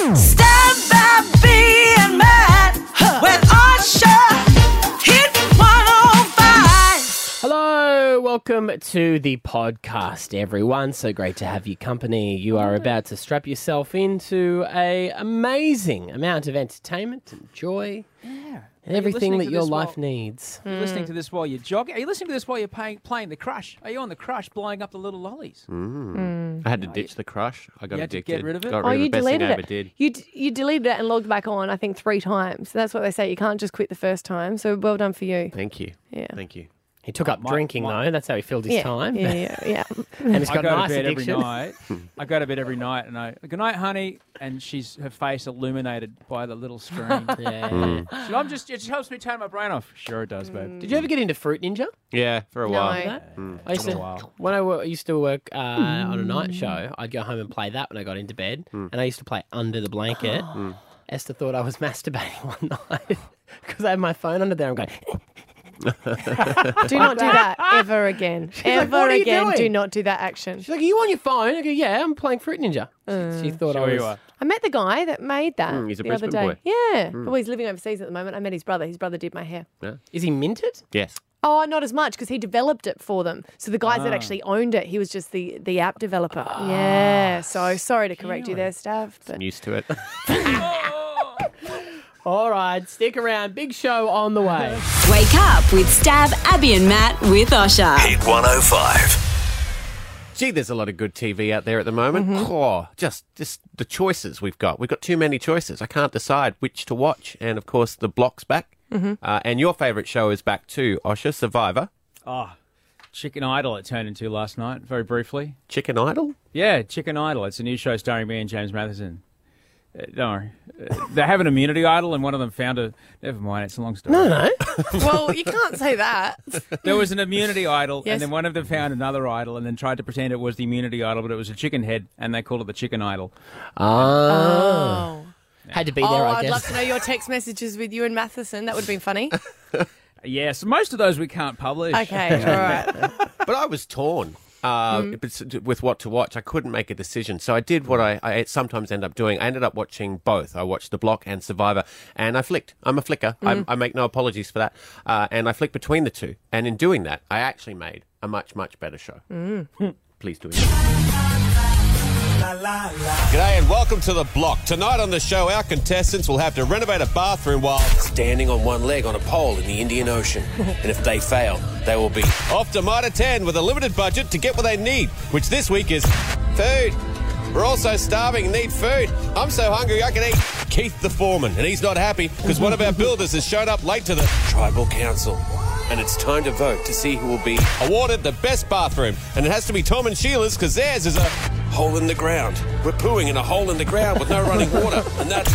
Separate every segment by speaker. Speaker 1: Stand by being mad when Usher hit 105.
Speaker 2: Hello, welcome to the podcast, everyone. So great to have you company. You are about to strap yourself into a amazing amount of entertainment and joy and everything
Speaker 3: listening
Speaker 2: that
Speaker 3: to
Speaker 2: your
Speaker 3: this
Speaker 2: life
Speaker 3: while-
Speaker 2: needs.
Speaker 3: You're listening to this while you're jogging. Are you listening to this while you're paying, playing the crush? Are you on the crush blowing up the little lollies?
Speaker 4: I had to ditch the crush. I got
Speaker 3: You had to
Speaker 4: addicted.
Speaker 3: get rid of it?
Speaker 4: Got
Speaker 5: Mm. Oh,
Speaker 4: rid of
Speaker 5: you
Speaker 4: the best thing
Speaker 5: deleted
Speaker 4: I
Speaker 5: it.
Speaker 4: ever did.
Speaker 5: You d- you deleted it and logged back on. I think three times. That's what they say. You can't just quit the first time. So well done for
Speaker 2: Mm.
Speaker 5: you.
Speaker 4: Thank you.
Speaker 5: Yeah.
Speaker 4: Thank you.
Speaker 2: He took up
Speaker 3: my-
Speaker 2: drinking,
Speaker 3: my-
Speaker 2: though. That's how he filled his
Speaker 5: yeah,
Speaker 2: time.
Speaker 5: Yeah, yeah, yeah.
Speaker 2: and it's
Speaker 3: I
Speaker 2: got
Speaker 3: go
Speaker 2: nice
Speaker 3: to bed
Speaker 2: addiction.
Speaker 3: every night. I go to bed every night and I good night, honey. And she's her face illuminated by the little screen.
Speaker 2: Yeah.
Speaker 4: Mm.
Speaker 3: So I'm just it just helps me turn my brain off. Sure it does, babe. Mm.
Speaker 2: Did you ever get into Fruit Ninja?
Speaker 4: Yeah, for a while.
Speaker 5: No.
Speaker 2: I used
Speaker 3: been
Speaker 2: to,
Speaker 3: a while.
Speaker 2: when I wo- used to work uh, on a night show, I'd go home and play that when I got into bed, and I used to play Under the Blanket. Esther thought I was masturbating one night because I had my phone under there. I'm going, "Eh."
Speaker 5: Do not do that ever again.
Speaker 2: like,
Speaker 5: ever
Speaker 2: "What are you
Speaker 5: again. Do
Speaker 2: doing?"
Speaker 5: not do that action. Mm.
Speaker 2: she's like, "Are you on your phone?" I go, "Yeah, I'm playing Fruit Ninja." She- She, thought
Speaker 3: Sure
Speaker 2: I
Speaker 3: you
Speaker 2: was.
Speaker 3: are.
Speaker 5: I met the guy that made that
Speaker 4: Mm, he's a
Speaker 5: the other day.
Speaker 4: Brisbane boy. Mm.
Speaker 5: Yeah. Well, he's living overseas at the moment. I met his brother. His brother did my hair.
Speaker 2: Is he minted?
Speaker 4: Yes.
Speaker 5: Oh, not as much because he developed it for them. So the
Speaker 4: Ah.
Speaker 5: guys that actually owned it, he was just the the app developer. yeah. So sorry to correct you there, Stav. But
Speaker 4: I'm used to it.
Speaker 2: All right, stick around. Big show on the way.
Speaker 6: Wake up with Stab, Abby, and Matt with Osha.
Speaker 7: Hit 105.
Speaker 4: Gee, there's a lot of good TV out there at the moment.
Speaker 3: Mm-hmm.
Speaker 4: Oh, just just the choices we've got. We've got too many choices. I can't decide which to watch. And of course, the block's back.
Speaker 3: Mm-hmm.
Speaker 4: Uh, and your favourite show is back too, Osha Survivor,
Speaker 3: Ah, Chicken Idol it turned into last night, very briefly.
Speaker 4: Chicken Idol.
Speaker 3: Yeah, Chicken Idol. It's a new show starring me and James Matheson. Uh, don't worry. Uh, they have an immunity idol, and one of them found a. Never mind, it's a long story.
Speaker 5: well, you can't say that.
Speaker 3: There was an immunity idol,
Speaker 5: Yes.
Speaker 3: and then one of them found another idol, and then tried to pretend it was the immunity idol, but it was a chicken head, and they called it the chicken idol.
Speaker 5: Oh.
Speaker 2: Ah. Had to be
Speaker 5: Oh,
Speaker 2: there, I
Speaker 5: I'd
Speaker 2: guess.
Speaker 5: love to know your text messages with you and Matheson. That would have been funny.
Speaker 3: Yes, most of those we can't publish.
Speaker 5: Okay, all right.
Speaker 4: but I was torn uh,
Speaker 3: Hmm.
Speaker 4: bes- with what to watch. I couldn't make a decision, so I did what
Speaker 3: Hmm.
Speaker 4: I, I sometimes end up doing. I ended up watching both. I watched The Block and Survivor, and I flicked. I'm a flicker. I'm,
Speaker 3: Hmm.
Speaker 4: I make no apologies for that. Uh, and I flicked between the two. And in doing that, I actually made a much much better show.
Speaker 3: Hmm.
Speaker 4: Please do it. G'day and welcome to The Block. Tonight on the show, our contestants will have to renovate a bathroom while standing on one leg on a pole in the Indian Ocean. and if they fail, they will be off to Mitre 10 with a limited budget to get what they need, which this week is food. We're also starving and need food. I'm so hungry I can eat Keith the Foreman, and he's not happy because one of our builders has shown up late to the Tribal Council. And it's time to vote to see who will be awarded the best bathroom. And it has to be Tom and Sheila's because theirs is a hole in the ground. We're pooing in a hole in the ground with no running water, and that's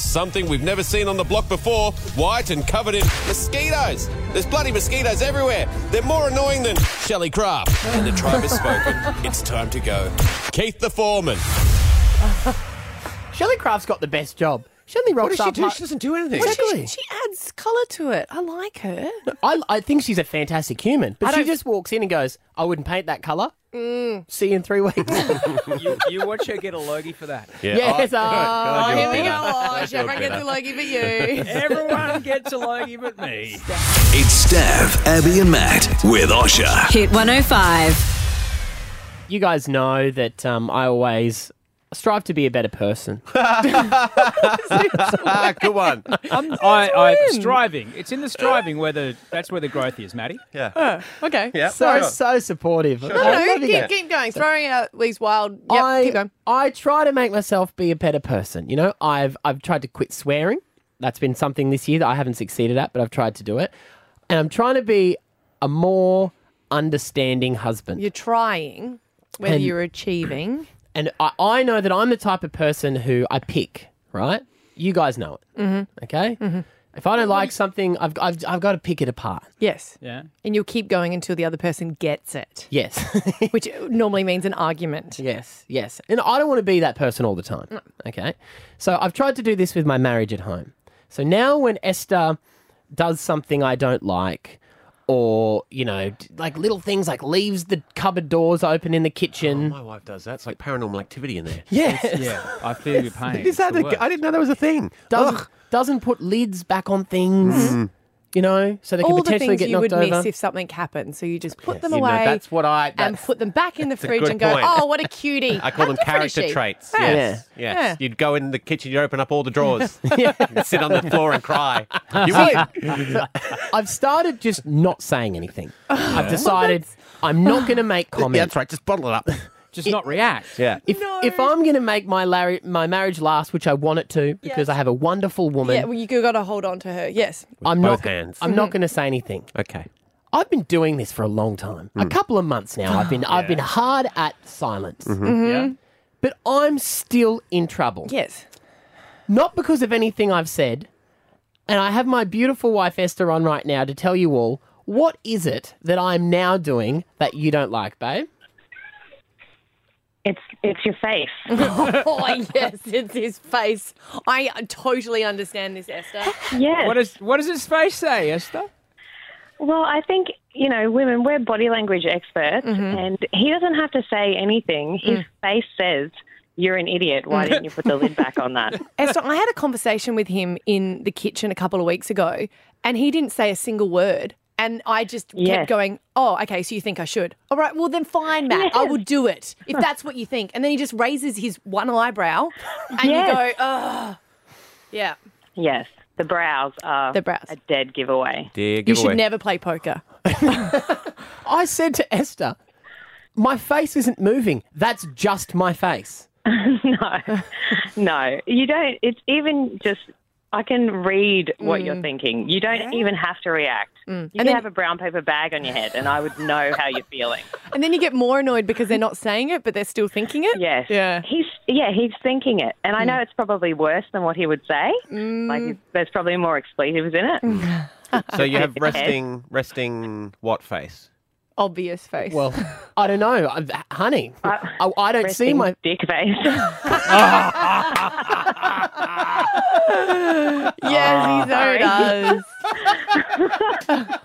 Speaker 4: something we've never seen on the block before. White and covered in mosquitoes. There's bloody mosquitoes everywhere. They're more annoying than Shelley Craft. And the tribe has spoken. It's time to go. Keith the foreman.
Speaker 2: Shelley Craft's got the best job. She only rocks up. high-
Speaker 4: do anything.
Speaker 2: Exactly.
Speaker 5: She adds colour to it. I like her.
Speaker 2: I, I think she's a fantastic human, but
Speaker 5: I
Speaker 2: she
Speaker 5: don't-
Speaker 2: just walks in and goes, "I wouldn't paint that color." See you in three weeks.
Speaker 3: you, you watch her get a logie for that.
Speaker 2: yes,
Speaker 5: Oh,
Speaker 2: I-
Speaker 5: here we go. Oh, everyone gets a Logie but you.
Speaker 3: Everyone gets a logie but me.
Speaker 7: It's Stav, Abby, and Matt with Osha.
Speaker 6: Hit 105.
Speaker 2: you guys know that um, I always strive to be a better person.
Speaker 4: Ah, good one.
Speaker 3: I'm, I, I striving. It's in the striving where the that's where the growth is, Maddie.
Speaker 5: Okay.
Speaker 4: Yeah.
Speaker 2: so so supportive.
Speaker 5: No,
Speaker 2: I'm
Speaker 5: no,
Speaker 2: loving
Speaker 5: keep,
Speaker 2: it.
Speaker 5: keep going. Throwing out these wild. Yep,
Speaker 2: I
Speaker 5: keep going.
Speaker 2: I try to make myself be a better person. You know, I've I've tried to quit swearing. That's been something this year that I haven't succeeded at, but I've tried to do it. And I'm trying to be a more understanding husband.
Speaker 5: You're trying, whether
Speaker 2: And-
Speaker 5: you're achieving.
Speaker 2: and I, I know that I'm the type of person who I pick, right? You guys know it. Mm-hmm. Okay? If I don't like something, I've, I've, I've got to pick it apart.
Speaker 5: Yes.
Speaker 3: Yeah.
Speaker 5: And you'll keep going until the other person gets it,
Speaker 2: Yes.
Speaker 5: which normally means an argument.
Speaker 2: yes. Yes. And I don't want to be that person all the time. Okay? So I've tried to do this with my marriage at home. So now when Esther does something I don't like, or you know, d- like little things like leaves the cupboard doors open in the
Speaker 4: Oh,
Speaker 2: kitchen.
Speaker 8: My wife does that. It's like paranormal activity in there.
Speaker 2: yeah,
Speaker 3: Yeah, I feel your pain.
Speaker 8: Is that
Speaker 3: It's the
Speaker 8: a, I didn't know that was a thing.
Speaker 2: doesn't
Speaker 8: Ugh. Mm.
Speaker 2: doesn't put lids back on things. You know, so they
Speaker 5: All
Speaker 2: could
Speaker 5: the
Speaker 2: potentially
Speaker 5: things
Speaker 2: get
Speaker 5: you
Speaker 2: knocked
Speaker 5: would
Speaker 2: over.
Speaker 5: miss if something happened. So you just put them
Speaker 8: You know,
Speaker 5: away
Speaker 8: that's what I.
Speaker 5: and
Speaker 8: that's-
Speaker 5: put them back in the
Speaker 8: a
Speaker 5: fridge
Speaker 8: good
Speaker 5: and go,
Speaker 8: point.
Speaker 5: oh, what a cutie.
Speaker 8: I call
Speaker 5: How
Speaker 8: them
Speaker 5: different is
Speaker 8: character
Speaker 5: she?"
Speaker 8: traits.
Speaker 5: Yeah.
Speaker 8: Yes. Yes.
Speaker 5: Yeah.
Speaker 8: You'd go in the kitchen, you'd open up all the drawers, you'd sit on the floor and cry. You would.
Speaker 2: I've started just not saying anything. I've decided I'm not going to make comments.
Speaker 8: Yeah, that's right. Just bottle it up.
Speaker 3: Just not react.
Speaker 8: Yeah.
Speaker 2: If, if I'm going to make my lar- my marriage last, which I want it to, because I have a wonderful woman,
Speaker 5: Yeah, well, you got to hold on to her. Yes.
Speaker 2: I'm
Speaker 8: both
Speaker 2: not
Speaker 8: hands. Mm-hmm.
Speaker 2: I'm not going to say anything.
Speaker 8: Okay. Mm.
Speaker 2: I've been doing this for a long time, a couple of months now. I've been I've been hard at silence,
Speaker 8: Mm-hmm.
Speaker 3: Yeah.
Speaker 2: but I'm still in trouble.
Speaker 5: Yes.
Speaker 2: Not because of anything I've said, and I have my beautiful wife Esther on right now to tell you all what is it that I'm now doing that you don't like, babe.
Speaker 9: It's it's your face.
Speaker 5: Oh, yes, it's his face. I totally understand this, Esther.
Speaker 9: Yes.
Speaker 3: What is what does his face say, Esther?
Speaker 9: well, I think you know, women. We're body language experts,
Speaker 5: Mm-hmm.
Speaker 9: and he doesn't have to say anything. His
Speaker 5: Mm.
Speaker 9: face says, "You're an idiot. Why didn't you put the lid back on that?"
Speaker 5: Esther, I had a conversation with him in the kitchen a couple of weeks ago, and he didn't say a single word. And I just
Speaker 9: Yes.
Speaker 5: kept going, oh, okay, so you think I should. All right, well, then fine, Matt. I will do it if that's what you think. And then he just raises his one eyebrow, and you go,
Speaker 9: Yes.
Speaker 5: oh, yeah.
Speaker 9: Yes, the brows are
Speaker 5: The brows.
Speaker 9: a dead giveaway.
Speaker 8: Dear
Speaker 5: You
Speaker 8: giveaway.
Speaker 5: should never play poker.
Speaker 2: I said to Esther, my face isn't moving. That's just my face.
Speaker 9: No, no, you don't. It's even just. I can read what you're
Speaker 5: Mm.
Speaker 9: thinking. You don't even have to react. You can
Speaker 5: then-
Speaker 9: have a brown paper bag on your head, and I would know how you're feeling.
Speaker 5: And then you get more annoyed because they're not saying it, but they're still thinking it.
Speaker 9: Yes.
Speaker 5: Yeah.
Speaker 9: He's yeah, he's thinking it. And I know it's probably worse than what he would say. Like he's- there's probably more expletives in it.
Speaker 8: So you have resting, resting what face?
Speaker 5: Obvious face.
Speaker 2: Well, I don't know. I, honey, I, I don't see
Speaker 9: Resting
Speaker 2: my.
Speaker 9: dick face.
Speaker 5: yes, he so
Speaker 9: sorry.
Speaker 5: does.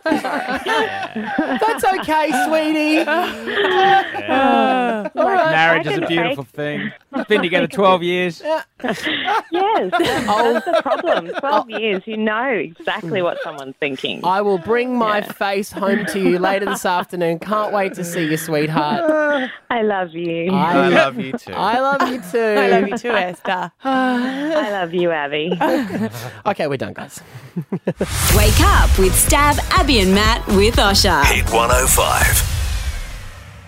Speaker 2: That's okay, sweetie.
Speaker 3: Marriage is a
Speaker 9: I can
Speaker 3: beautiful thing. Been together twelve years.
Speaker 9: yes.
Speaker 2: Oh,
Speaker 9: That's the problem. Twelve years, you know exactly what someone's thinking.
Speaker 2: I will bring my face home to you later this afternoon. Can't wait to see you, sweetheart.
Speaker 9: I love you. I,
Speaker 8: I
Speaker 2: I,
Speaker 8: love you too.
Speaker 2: I love you too.
Speaker 5: I love you too, Esther.
Speaker 9: love you, Abby.
Speaker 2: Okay, we're done, guys.
Speaker 6: Wake up with Stab, Abby, and Matt with Osha.
Speaker 7: Hit 105.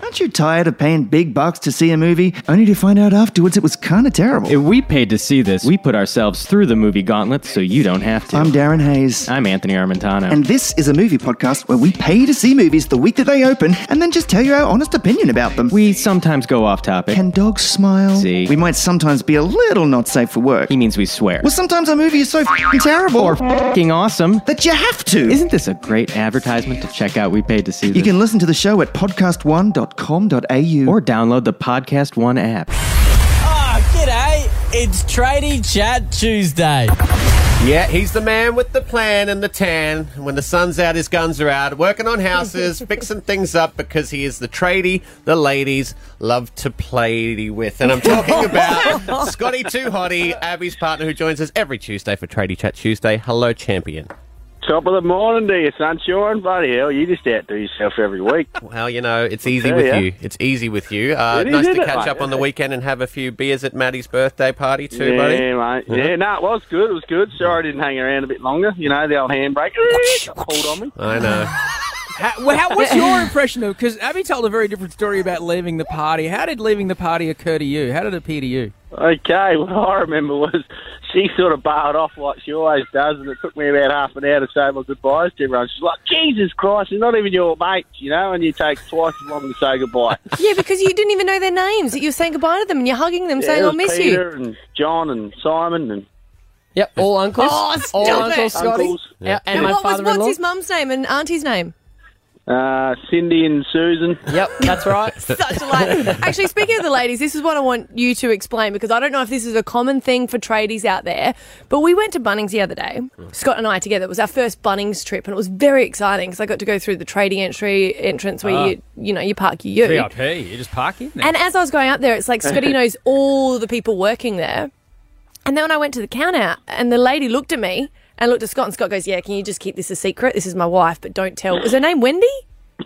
Speaker 10: Aren't you tired of paying big bucks to see a movie only to find out afterwards it was kind of terrible?
Speaker 11: If we paid to see this, we put ourselves through the movie gauntlet so you don't have to.
Speaker 10: I'm Darren Hayes.
Speaker 11: I'm Anthony Armentano.
Speaker 10: And this is a movie podcast where we pay to see movies the week that they open and then just tell you our honest opinion about them.
Speaker 11: we sometimes go off topic.
Speaker 10: can dogs smile?
Speaker 11: See.
Speaker 10: We might sometimes be a little not safe for work.
Speaker 11: he means we swear.
Speaker 10: Well, sometimes a movie is so fing terrible
Speaker 11: or fucking awesome.
Speaker 10: that you have to.
Speaker 11: Isn't this a great advertisement to check out We Paid to See This?
Speaker 10: you can listen to the show at podcast1.com.au
Speaker 11: or download the Podcast One app.
Speaker 12: Ah, G'day, it's Tradie Chat Tuesday.
Speaker 8: Yeah, he's the man with the plan and the tan. And When the sun's out, his guns are out, working on houses, fixing things up because he is the tradie the ladies love to play with. And I'm talking about Scotty Too Hottie, Abby's partner who joins us every Tuesday for Tradie Chat Tuesday. Hello, champion.
Speaker 12: Top of the morning to you, sunshine. Bloody hell, you just outdo yourself every week.
Speaker 8: Well, you know, it's easy
Speaker 12: Yeah,
Speaker 8: with
Speaker 12: yeah.
Speaker 8: you. It's easy with you. Uh,
Speaker 12: It is,
Speaker 8: nice to
Speaker 12: isn't it,
Speaker 8: catch
Speaker 12: mate?
Speaker 8: up on the weekend and have a few beers at Maddie's birthday party too,
Speaker 12: yeah,
Speaker 8: buddy.
Speaker 12: mate. Yeah, no, it was good. It was good. Sorry I didn't hang around a bit longer. You know, the old handbrake got pulled on me.
Speaker 8: I know.
Speaker 3: How, well, how, what's your impression of? Because Abby told a very different story about leaving the party. How did leaving the party occur to you? How did it appear to you?
Speaker 12: Okay, what I remember was she sort of bailed off like she always does, and it took me about half an hour to say my goodbyes to everyone. She's like, Jesus Christ, you're not even your mate, you know, and you take twice as long to say goodbye.
Speaker 5: Yeah, because you didn't even know their names. You were saying goodbye to them and you're hugging them,
Speaker 12: Yeah,
Speaker 5: saying,
Speaker 12: it
Speaker 5: I'll
Speaker 12: was
Speaker 5: miss you.
Speaker 12: Peter and John and Simon and
Speaker 2: Yep, all uncles.
Speaker 5: Oh,
Speaker 2: all
Speaker 5: stop it.
Speaker 2: uncles, Scotty.
Speaker 12: Uncles.
Speaker 2: Yeah, and
Speaker 5: And
Speaker 2: my
Speaker 5: what was,
Speaker 2: father in
Speaker 5: what's
Speaker 2: law.
Speaker 5: his mum's name and auntie's name?
Speaker 12: Uh, Cindy and Susan.
Speaker 2: Yep, that's right.
Speaker 5: Such a light. Actually, speaking of the ladies, this is what I want you to explain because I don't know if this is a common thing for tradies out there. But we went to Bunnings the other day, Scott and I together. It was our first Bunnings trip, and it was very exciting because I got to go through the tradie entry entrance where
Speaker 3: Ah.
Speaker 5: you you know you park your ute.
Speaker 3: VIP. You just park in there.
Speaker 5: And as I was going up there, it's like Scotty knows all the people working there. And then when I went to the counter, and the lady looked at me and looked at Scott, and Scott goes, "Yeah, can you just keep this a secret? This is my wife, but don't tell." Was her name Wendy?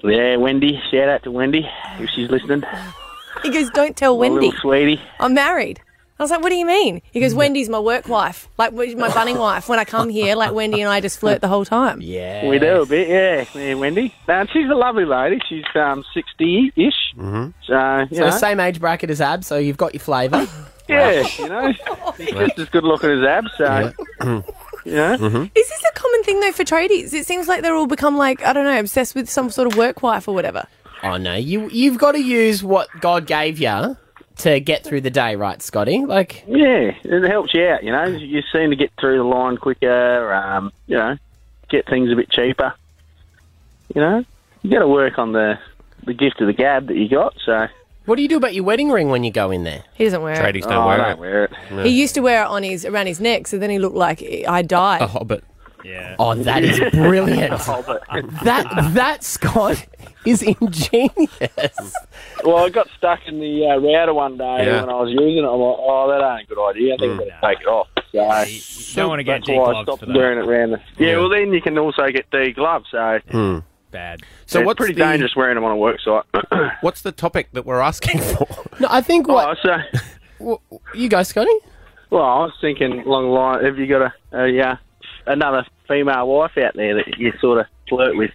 Speaker 12: Yeah, Wendy. Shout out to Wendy if she's listening.
Speaker 5: He goes, "Don't tell
Speaker 12: My
Speaker 5: Wendy."
Speaker 12: little sweetie.
Speaker 5: I'm married. I was like, what do you mean? He
Speaker 12: Mm.
Speaker 5: goes, Wendy's my work wife, like Wendy's my bunning wife. When I come here, like Wendy and I just flirt the whole time.
Speaker 2: Yeah.
Speaker 12: We do a bit, yeah. yeah Wendy. And she's a lovely lady. She's um, 60 ish. Mm-hmm. So, you
Speaker 2: So
Speaker 12: know,
Speaker 2: same age bracket as Ab, so you've got your flavour.
Speaker 12: yeah, you know, she's just as good looking as Ab. So, you know.
Speaker 5: Is this a common thing though for tradies? It seems like they're all become like, I don't know, obsessed with some sort of work wife or whatever.
Speaker 2: Oh no, you you've got to use what God gave you to get through the day, right, Scotty? Like
Speaker 12: Yeah, it helps you out, you know. You seem to get through the line quicker, um, you know, get things a bit cheaper. You know, you got to work on the the gift of the gab that you got, so.
Speaker 2: What do you do about your wedding ring when you go in there?
Speaker 5: He doesn't wear it.
Speaker 12: oh, I don't wear it.
Speaker 5: He used to wear it on his around his neck, so then he looked like I died.
Speaker 4: Oh.
Speaker 2: hobbit. Yeah. Oh, that is brilliant.
Speaker 12: A hobbit.
Speaker 2: that that Scott is ingenious.
Speaker 12: Well, I got stuck in the uh, router one day
Speaker 2: Yeah.
Speaker 12: when I was using it. I'm like, oh, that ain't a good idea. I
Speaker 4: Mm.
Speaker 12: think I'm going to take it off. So,
Speaker 3: You don't want to get
Speaker 12: that's why I
Speaker 3: degloved
Speaker 12: stopped
Speaker 3: for that.
Speaker 12: wearing it around the. Yeah,
Speaker 3: Yeah.
Speaker 12: well, then you can also get D gloves, so.
Speaker 3: Bad.
Speaker 12: So it's pretty dangerous wearing them on a work site.
Speaker 4: Hmm. what's the topic that we're asking for?
Speaker 2: No, I think what
Speaker 12: Oh, so,
Speaker 2: you go, Scotty.
Speaker 12: Well, I was thinking along the line. Have you got a, a uh, another female wife out there that you sort of flirt with?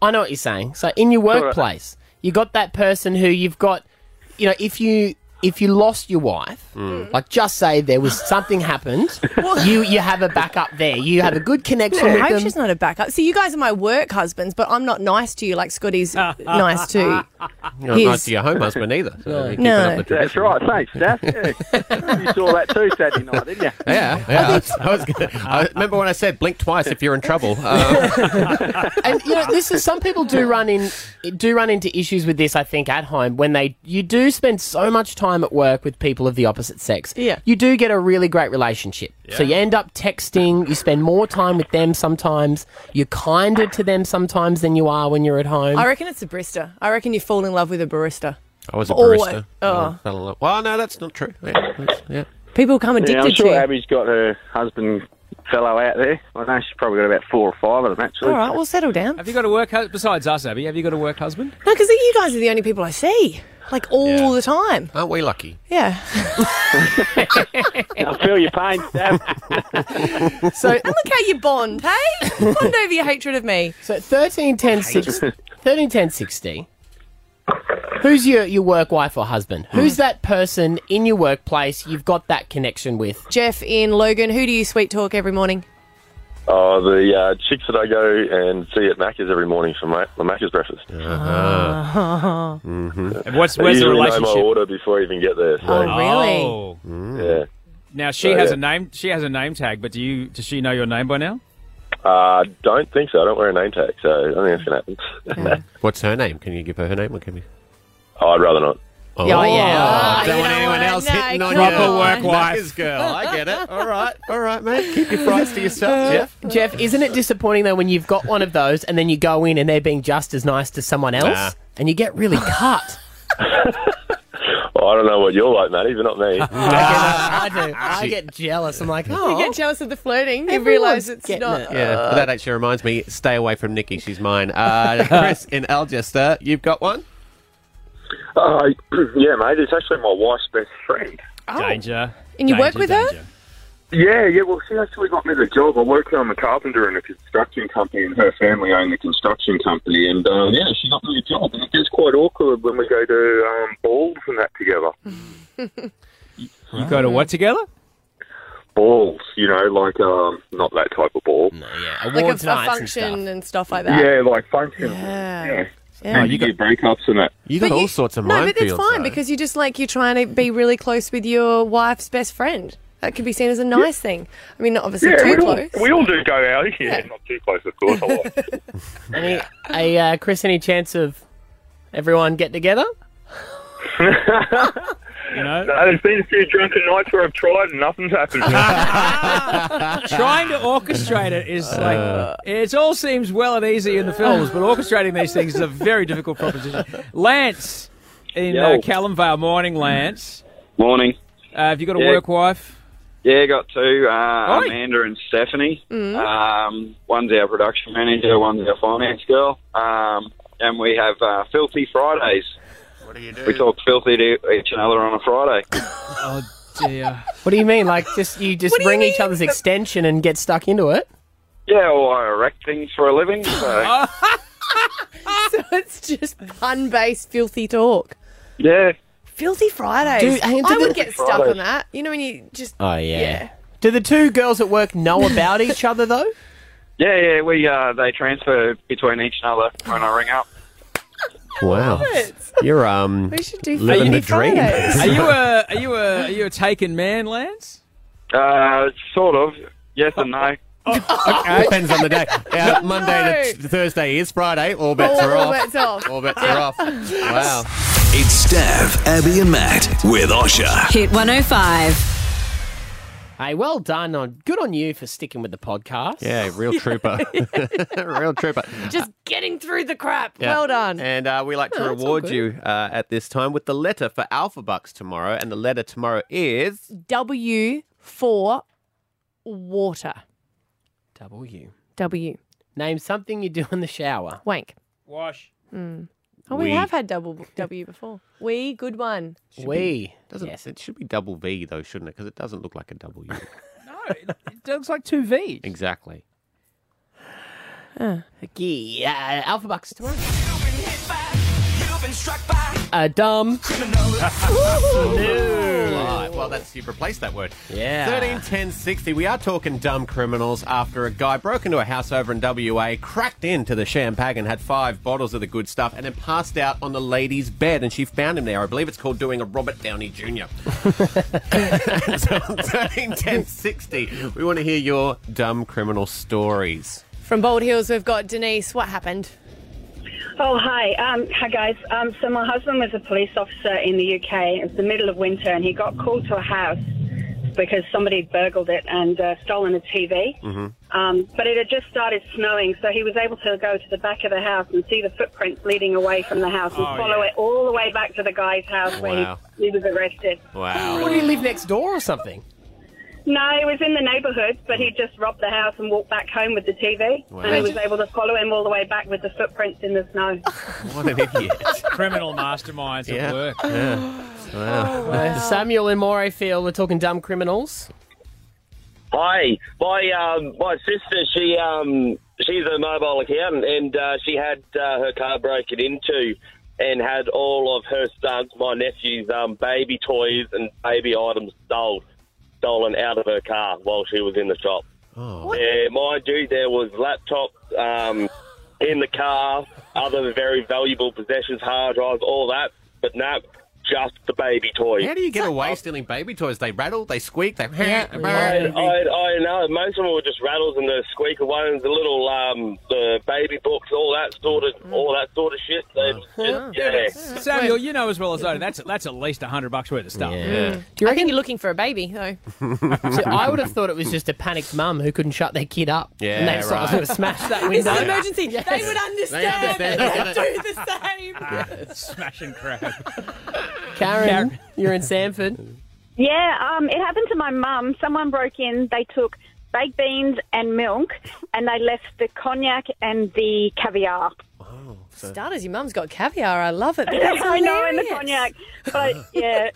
Speaker 2: I know what you're saying. So in your
Speaker 12: Sorta.
Speaker 2: workplace, you got that person who you've got, you know, if you if you lost your wife, like just say there was something happened, you you have a backup there. You have a good connection
Speaker 5: I
Speaker 2: with
Speaker 5: hope
Speaker 2: them.
Speaker 5: she's not a backup. See, you guys are my work husbands, but I'm not nice to you like Scotty's nice to.
Speaker 4: You're not nice to your home husband either. So
Speaker 2: No.
Speaker 4: you keep it
Speaker 5: No.
Speaker 4: up the
Speaker 12: That's
Speaker 4: tradition.
Speaker 12: right, thanks, Steph. Yeah. you saw that too Saturday night, didn't you? Uh,
Speaker 4: Yeah, yeah. I, was, I, was gonna, I remember when I said blink twice if you're in trouble. Uh,
Speaker 2: and you know, this is some people do run in do run into issues with this. I think at home when they you do spend so much time at work with people of the opposite sex.
Speaker 5: Yeah.
Speaker 2: you do get a really great relationship. So you end up texting. You spend more time with them sometimes. You're kinder to them sometimes than you are when you're at home.
Speaker 5: I reckon it's a barista. I reckon you fall in love with a barista.
Speaker 4: I was a
Speaker 5: Or-
Speaker 4: barista.
Speaker 5: oh.
Speaker 4: Fell in love. Well, no, that's not true. Yeah, that's- yeah.
Speaker 5: People become addicted
Speaker 12: Yeah, I'm
Speaker 5: to
Speaker 12: sure
Speaker 5: you.
Speaker 12: Abby's got her husband fellow out there. I know she's probably got about four or five of them actually.
Speaker 5: All right, we'll settle down.
Speaker 3: Have you got a work husband? Besides us, Abby, have you got a work husband?
Speaker 5: No, because you guys are the only people I see, like all the time.
Speaker 4: Aren't we lucky?
Speaker 5: Yeah.
Speaker 12: I feel your pain, Steph.
Speaker 2: so
Speaker 5: and look how you bond, hey? Bond over your hatred of me.
Speaker 2: so 13, 10, 60, 13, 10, 60. Who's your, your work wife or husband? Who's
Speaker 5: Hmm.
Speaker 2: that person in your workplace you've got that connection with?
Speaker 5: Jeff in Logan, who do you sweet talk every morning?
Speaker 13: Oh, the uh, chicks that I go and see at Macca's every morning for my, my Macca's breakfast.
Speaker 3: Uh-huh.
Speaker 5: Oh,
Speaker 3: And what's
Speaker 13: They
Speaker 3: where's the
Speaker 13: usually know my
Speaker 3: relationship?
Speaker 13: order before I even get there. So,
Speaker 5: really?
Speaker 3: Oh.
Speaker 13: yeah.
Speaker 3: Now she
Speaker 13: So,
Speaker 3: has
Speaker 13: yeah.
Speaker 3: a name. She has a name tag, but do you? Does she know your name by now?
Speaker 13: Uh, don't think so. I don't wear a name tag, so I don't think that's going to happen.
Speaker 4: What's her name? Can you give her her name? Or can we?
Speaker 13: oh, I'd rather not.
Speaker 4: Oh,
Speaker 5: Yeah, yeah.
Speaker 4: I don't want anyone else
Speaker 5: no,
Speaker 4: hitting on
Speaker 5: come
Speaker 4: you.
Speaker 5: Proper
Speaker 3: work on. wife.
Speaker 8: Oh,
Speaker 4: Macca's
Speaker 2: Oh,
Speaker 4: girl. I get it. All right, all right, mate. Keep your fries to
Speaker 8: Uh,
Speaker 4: yourself, Jeff.
Speaker 2: Jeff, isn't it disappointing though when you've got one of those and then you go in and they're being just as nice to someone else
Speaker 4: Nah.
Speaker 2: and you get really cut?
Speaker 13: Well, Oh, I don't know what you're like, Matty, but not me.
Speaker 2: I, get, I do. I get jealous. I'm like, oh.
Speaker 5: You get jealous of the flirting. You
Speaker 2: Everyone's
Speaker 5: realise it's
Speaker 2: getting
Speaker 5: not.
Speaker 2: it.
Speaker 4: Yeah,
Speaker 8: Uh,
Speaker 4: but that actually reminds me. Stay away from Nikki. She's mine. Uh, Chris in Alchester, you've got one.
Speaker 13: Uh, yeah, mate, it's actually my wife's best friend.
Speaker 5: Oh.
Speaker 3: Danger.
Speaker 5: And you work with her?
Speaker 13: Yeah, yeah. Well, she actually got me the job. I work I'm a carpenter in a construction company, and her family own the construction company. And uh, yeah, she got me the job. And it gets quite awkward when we go to um, balls and that together.
Speaker 3: her? You go to what together?
Speaker 13: balls, you know, like um, not that type of ball.
Speaker 2: yeah.
Speaker 5: Like
Speaker 2: Awards
Speaker 5: a, a
Speaker 2: nights and
Speaker 5: function and
Speaker 2: stuff.
Speaker 5: stuff. like that.
Speaker 13: Yeah, like functional.
Speaker 5: Yeah.
Speaker 13: Yeah.
Speaker 5: Yeah.
Speaker 13: And you get breakups and that.
Speaker 4: Oh, You got
Speaker 5: But
Speaker 4: all
Speaker 5: you-
Speaker 4: sorts of
Speaker 5: No, but that's
Speaker 4: minefields,
Speaker 5: fine
Speaker 4: though.
Speaker 5: because you just like you're trying to be really close with your wife's best friend. That could be seen as a nice thing. I mean, not obviously
Speaker 13: yeah,
Speaker 5: too
Speaker 13: we all,
Speaker 5: close.
Speaker 13: we all do go out. Yeah, not too close, of course. I like
Speaker 2: Any, a, uh, Chris, any chance of everyone get together?
Speaker 13: you know? there's been a few drunken nights where I've tried and nothing's happened.
Speaker 3: Trying to orchestrate it is like
Speaker 5: Uh.
Speaker 3: it all seems well and easy in the films, but orchestrating these things is a very difficult proposition. Lance in
Speaker 14: Yo.
Speaker 3: uh, Callum Vale, morning, Lance.
Speaker 14: Morning.
Speaker 3: Uh, have you got a
Speaker 14: Yeah.
Speaker 3: work wife?
Speaker 14: Yeah, got two, uh,
Speaker 3: Oi.
Speaker 14: Amanda and Stephanie.
Speaker 3: Mm.
Speaker 14: Um, one's our production manager, one's our finance girl. Um, and we have uh, Filthy Fridays. What do you do? We talk filthy to each other on a Friday.
Speaker 3: Oh dear.
Speaker 2: What do you mean? Like, just you just bring each other's extension and get stuck into it?
Speaker 14: yeah, well, I erect things for a living. So,
Speaker 5: so it's just pun based, filthy talk.
Speaker 14: yeah.
Speaker 5: Filthy Fridays.
Speaker 2: Dude, hey,
Speaker 5: I
Speaker 2: did
Speaker 5: would
Speaker 2: the-
Speaker 5: get stuck on that. You know, when you just.
Speaker 2: Oh yeah. Do the two girls at work know about each other though?
Speaker 14: Yeah, yeah, we uh, they transfer between each other when I ring up.
Speaker 8: Wow. You're um
Speaker 14: We should do
Speaker 8: living the
Speaker 14: Friday
Speaker 8: dream.
Speaker 14: Fridays.
Speaker 3: Are you a are you a are you a taken man, Lance?
Speaker 14: Uh, sort of. Yes and no.
Speaker 8: Depends on the day. Uh, Monday to t- Thursday is Friday. All bets are off.
Speaker 5: off.
Speaker 8: All bets are off.
Speaker 6: Wow.
Speaker 7: It's Stav, Abby, and Matt with Osha.
Speaker 6: Hit 105.
Speaker 2: Hey, well done on good on you for sticking with the podcast.
Speaker 8: Yeah, real trooper. real trooper.
Speaker 5: Just getting through the crap.
Speaker 8: Yeah.
Speaker 5: Well done.
Speaker 8: And uh, we like to
Speaker 5: Oh, that's all
Speaker 8: reward
Speaker 5: good.
Speaker 8: you uh, at this time with the letter for Alpha Bucks tomorrow. And the letter tomorrow is
Speaker 5: W for water.
Speaker 2: W.
Speaker 5: W.
Speaker 2: Name something you do in the shower.
Speaker 5: Wank.
Speaker 3: Wash.
Speaker 5: Mm. Oh, we,
Speaker 8: We.
Speaker 5: have had double W before. We, good one.
Speaker 8: should be- doesn't it should be double V though, shouldn't it? Because it doesn't look like a W.
Speaker 3: It looks like two V's.
Speaker 8: exactly.
Speaker 2: Okay, uh, Alpha Bucks tomorrow. Uh, dumb.
Speaker 8: Right, Well, that's you've replaced that word.
Speaker 2: Yeah.
Speaker 8: 13, 10, 60. We are talking dumb criminals after a guy broke into a house over in WA, cracked into the champagne and had five bottles of the good stuff, and then passed out on the lady's bed. And she found him there. I believe it's called doing a Robert Downey Jr. so, 13, 10, 60. We want to hear your dumb criminal stories.
Speaker 5: From Bold Hills, we've got Denise. What happened?
Speaker 15: Oh, hi. Um, hi, guys. Um, so, my husband was a police officer in the UK. It was the middle of winter, and he got called to a house because somebody had burgled it and uh, stolen a TV. Um, but it had just started snowing, so he was able to go to the back of the house and see the footprints leading away from the house and
Speaker 2: Oh,
Speaker 15: follow it all the way back to the guy's house where
Speaker 2: Wow.
Speaker 15: he, he was arrested.
Speaker 8: Wow.
Speaker 2: What, do you live next door or something?
Speaker 15: No, he was in the neighbourhood, but he just robbed the house and walked back home with the TV.
Speaker 8: Wow.
Speaker 15: And he was able to follow him all the way back with the footprints in the snow.
Speaker 8: What an idiot.
Speaker 3: Criminal masterminds at work.
Speaker 8: Yeah.
Speaker 5: Oh,
Speaker 8: Wow.
Speaker 2: Uh, Samuel and Morayfield, we're talking dumb criminals.
Speaker 16: Hi, my um, my sister, she um, she's a mobile accountant, and uh, she had uh, her car broken into, and had all of her sons, my nephew's um, baby toys and baby items sold, stolen out of her car while she was in the shop.
Speaker 8: Oh.
Speaker 16: Yeah, mind you, there was laptops um, in the car, other very valuable possessions, hard drives, all that, but no, just the baby toys.
Speaker 8: How do you get away stealing baby toys? They rattle, they squeak, they.
Speaker 16: I, I, I know most of them were just rattles and the squeaker ones, the little um, the baby books, all that sort of all that sort of shit. They
Speaker 3: Uh-huh.
Speaker 16: just, yeah.
Speaker 3: Samuel, you know as well as I do, that's that's at least hundred bucks worth of stuff.
Speaker 2: Mm.
Speaker 5: Do you reckon you're looking for a baby, though?
Speaker 2: So I would have thought it was just a panicked mum who couldn't shut their kid up.
Speaker 8: Yeah,
Speaker 2: And they sort
Speaker 8: right.
Speaker 2: of smashed that
Speaker 5: It's
Speaker 2: window.
Speaker 5: an emergency. They would understand.
Speaker 8: understand.
Speaker 5: They would do the same.
Speaker 3: Smash and grab.
Speaker 2: Karen, you're in Sanford.
Speaker 17: Yeah, um, it happened to my mum. Someone broke in. They took baked beans and milk, and they left the cognac and the caviar.
Speaker 5: Starters, your mum's got caviar. I love it. That's
Speaker 17: I know, and the
Speaker 5: hilarious.
Speaker 17: cognac. But yeah,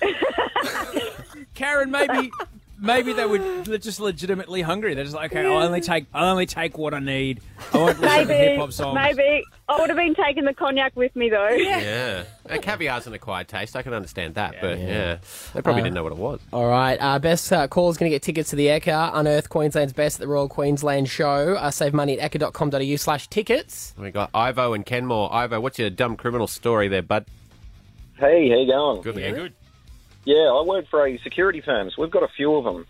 Speaker 3: Karen, maybe maybe they were le- just legitimately hungry. They're just like, okay, I'll only take I'll only take what I need. I won't listen to hip
Speaker 17: maybe,
Speaker 3: hop songs.
Speaker 17: maybe I would have been taking the cognac with me though.
Speaker 8: Yeah. Uh, caviar's an acquired taste. I can understand that, but yeah. They probably
Speaker 2: Uh,
Speaker 8: didn't know what it was.
Speaker 2: All right, our best uh, call is going to get tickets to the Ecker. Unearth Queensland's best at the Royal Queensland Show. Uh, save money at ecker.com.au slash tickets.
Speaker 8: We got Ivo and Kenmore. Ivo, what's your dumb criminal story there, bud?
Speaker 18: Hey, how you going?
Speaker 8: Good, man. Good.
Speaker 18: Yeah, I work for a security firm, so we've got a few of them.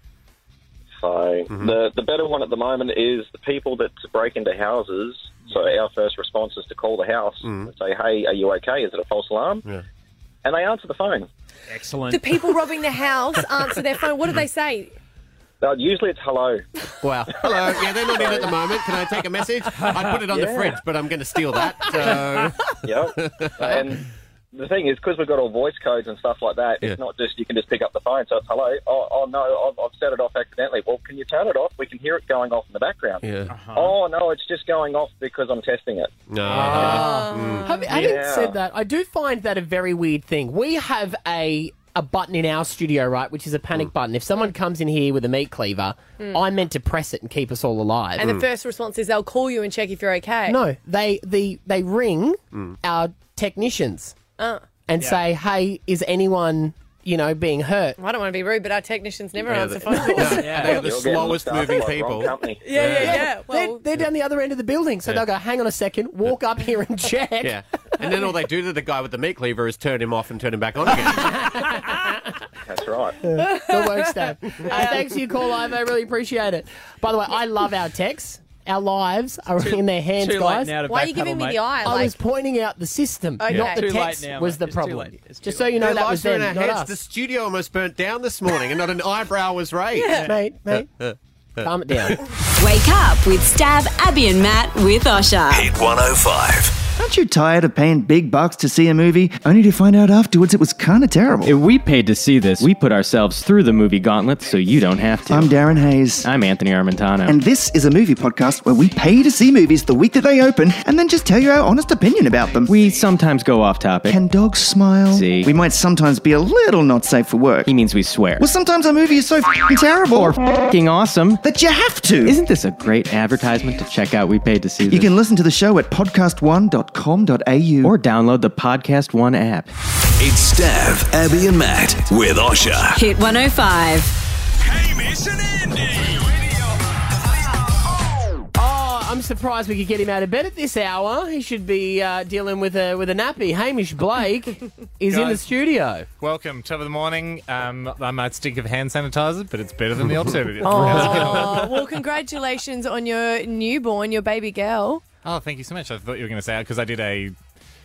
Speaker 14: So
Speaker 8: Mm-hmm.
Speaker 14: the the better one at the moment is the people that break into houses. So
Speaker 8: Mm-hmm.
Speaker 14: our first response is to call the house
Speaker 1: Mhm.
Speaker 14: and say, "Hey, are you okay? Is it a false alarm?" And they answer the phone.
Speaker 3: Excellent.
Speaker 5: Do people robbing the house answer their phone? What do they say?
Speaker 14: Uh, usually it's hello.
Speaker 8: Wow. Hello. Yeah, they're not in at the moment. Can I take a message? I put it on the
Speaker 14: Yeah.
Speaker 8: fridge, but I'm going to steal that. So.
Speaker 14: yep. And the thing is, because we've got all voice codes and stuff like that, it's not just you can just pick up the phone. So it's hello. Oh, oh no, I've, I've set it off accidentally. Well, can you turn it off? We can hear it going off in the background.
Speaker 8: Yeah.
Speaker 18: Uh-huh.
Speaker 14: Oh no, it's just going off because I'm testing it.
Speaker 8: No.
Speaker 2: Oh.
Speaker 8: Mm.
Speaker 2: Hav- Having
Speaker 14: Yeah.
Speaker 2: said that, I do find that a very weird thing. We have a a button in our studio, right, which is a
Speaker 5: Hmm.
Speaker 2: panic button. If someone comes in here with a meat cleaver,
Speaker 5: Mm.
Speaker 2: I'm meant to press it and keep us all alive. Hmm.
Speaker 5: And the first response is they'll call you and check if you're okay.
Speaker 2: no, they the they ring
Speaker 3: Mm.
Speaker 2: our technicians
Speaker 5: Uh,
Speaker 2: and say, "Hey, is anyone you know being hurt?"
Speaker 5: I don't want to be rude, but our technicians never
Speaker 2: Yeah,
Speaker 5: answer
Speaker 2: they-
Speaker 5: phone calls.
Speaker 8: They're the slowest moving people.
Speaker 5: Yeah, yeah, yeah.
Speaker 2: they're, they're down the other end of the building, so
Speaker 8: Yeah.
Speaker 2: they'll go, "Hang on a second, walk up here and check."
Speaker 8: Yeah. And then all they do to the guy with the meat cleaver is turn him off and turn him back on again.
Speaker 14: That's right.
Speaker 2: Good work, Stab. Uh, thanks for your call, Ivo. Really appreciate it. By the way, I love our texts. Our lives are
Speaker 3: Too-
Speaker 2: in their hands,
Speaker 3: too late
Speaker 2: guys.
Speaker 3: now to Why are you backpedal, giving me mate. the eye?
Speaker 2: I
Speaker 3: Like-
Speaker 2: was pointing out the system,
Speaker 3: Okay.
Speaker 2: not the
Speaker 3: Too late
Speaker 2: text
Speaker 3: now,
Speaker 2: was
Speaker 3: mate.
Speaker 2: the
Speaker 3: It's too
Speaker 2: problem.
Speaker 3: late. It's too
Speaker 2: Just so you know,
Speaker 8: Their
Speaker 2: that was
Speaker 8: lives are
Speaker 2: them,
Speaker 8: in our
Speaker 2: not
Speaker 8: heads.
Speaker 2: us.
Speaker 8: The studio almost burnt down this morning, and not an eyebrow was raised.
Speaker 2: Yeah. Mate,
Speaker 18: Uh,
Speaker 2: mate. Calm it down.
Speaker 6: Wake up with Stab, Abby, and Matt with Osha.
Speaker 7: Hit 105.
Speaker 10: Aren't you tired of paying big bucks to see a movie only to find out afterwards it was kind of terrible?
Speaker 11: If we paid to see this, we put ourselves through the movie gauntlet so you don't have to. I'm
Speaker 10: Darren Hayes.
Speaker 11: I'm Anthony Armentano.
Speaker 10: And this is a movie podcast where we pay to see movies the week that they open and then just tell you our honest opinion about them.
Speaker 11: We sometimes go off topic.
Speaker 10: Can dogs smile?
Speaker 11: See?
Speaker 10: We might sometimes be a little not safe for work. He
Speaker 11: means we swear.
Speaker 10: Well, sometimes a movie is so fing terrible
Speaker 11: or f***ing awesome
Speaker 10: that you have to.
Speaker 11: Isn't this a great advertisement to check out? We paid to see this.
Speaker 10: You can listen to the show at podcast1.com.au
Speaker 11: or download the Podcast One app.
Speaker 7: It's Stav, Abby, and Matt with Osha.
Speaker 6: Hit 105.
Speaker 2: Oh, I'm surprised we could get him out of bed at this hour. He should be uh, dealing with a with a nappy. Hamish Blake is in the
Speaker 18: Guys.
Speaker 2: studio.
Speaker 18: Welcome, top of the morning. Um, I might stick of hand sanitizer, but it's better than the alternative.
Speaker 5: Oh, well, congratulations on your newborn, your baby girl.
Speaker 18: Oh, thank you so much. I thought you were going to say because I did a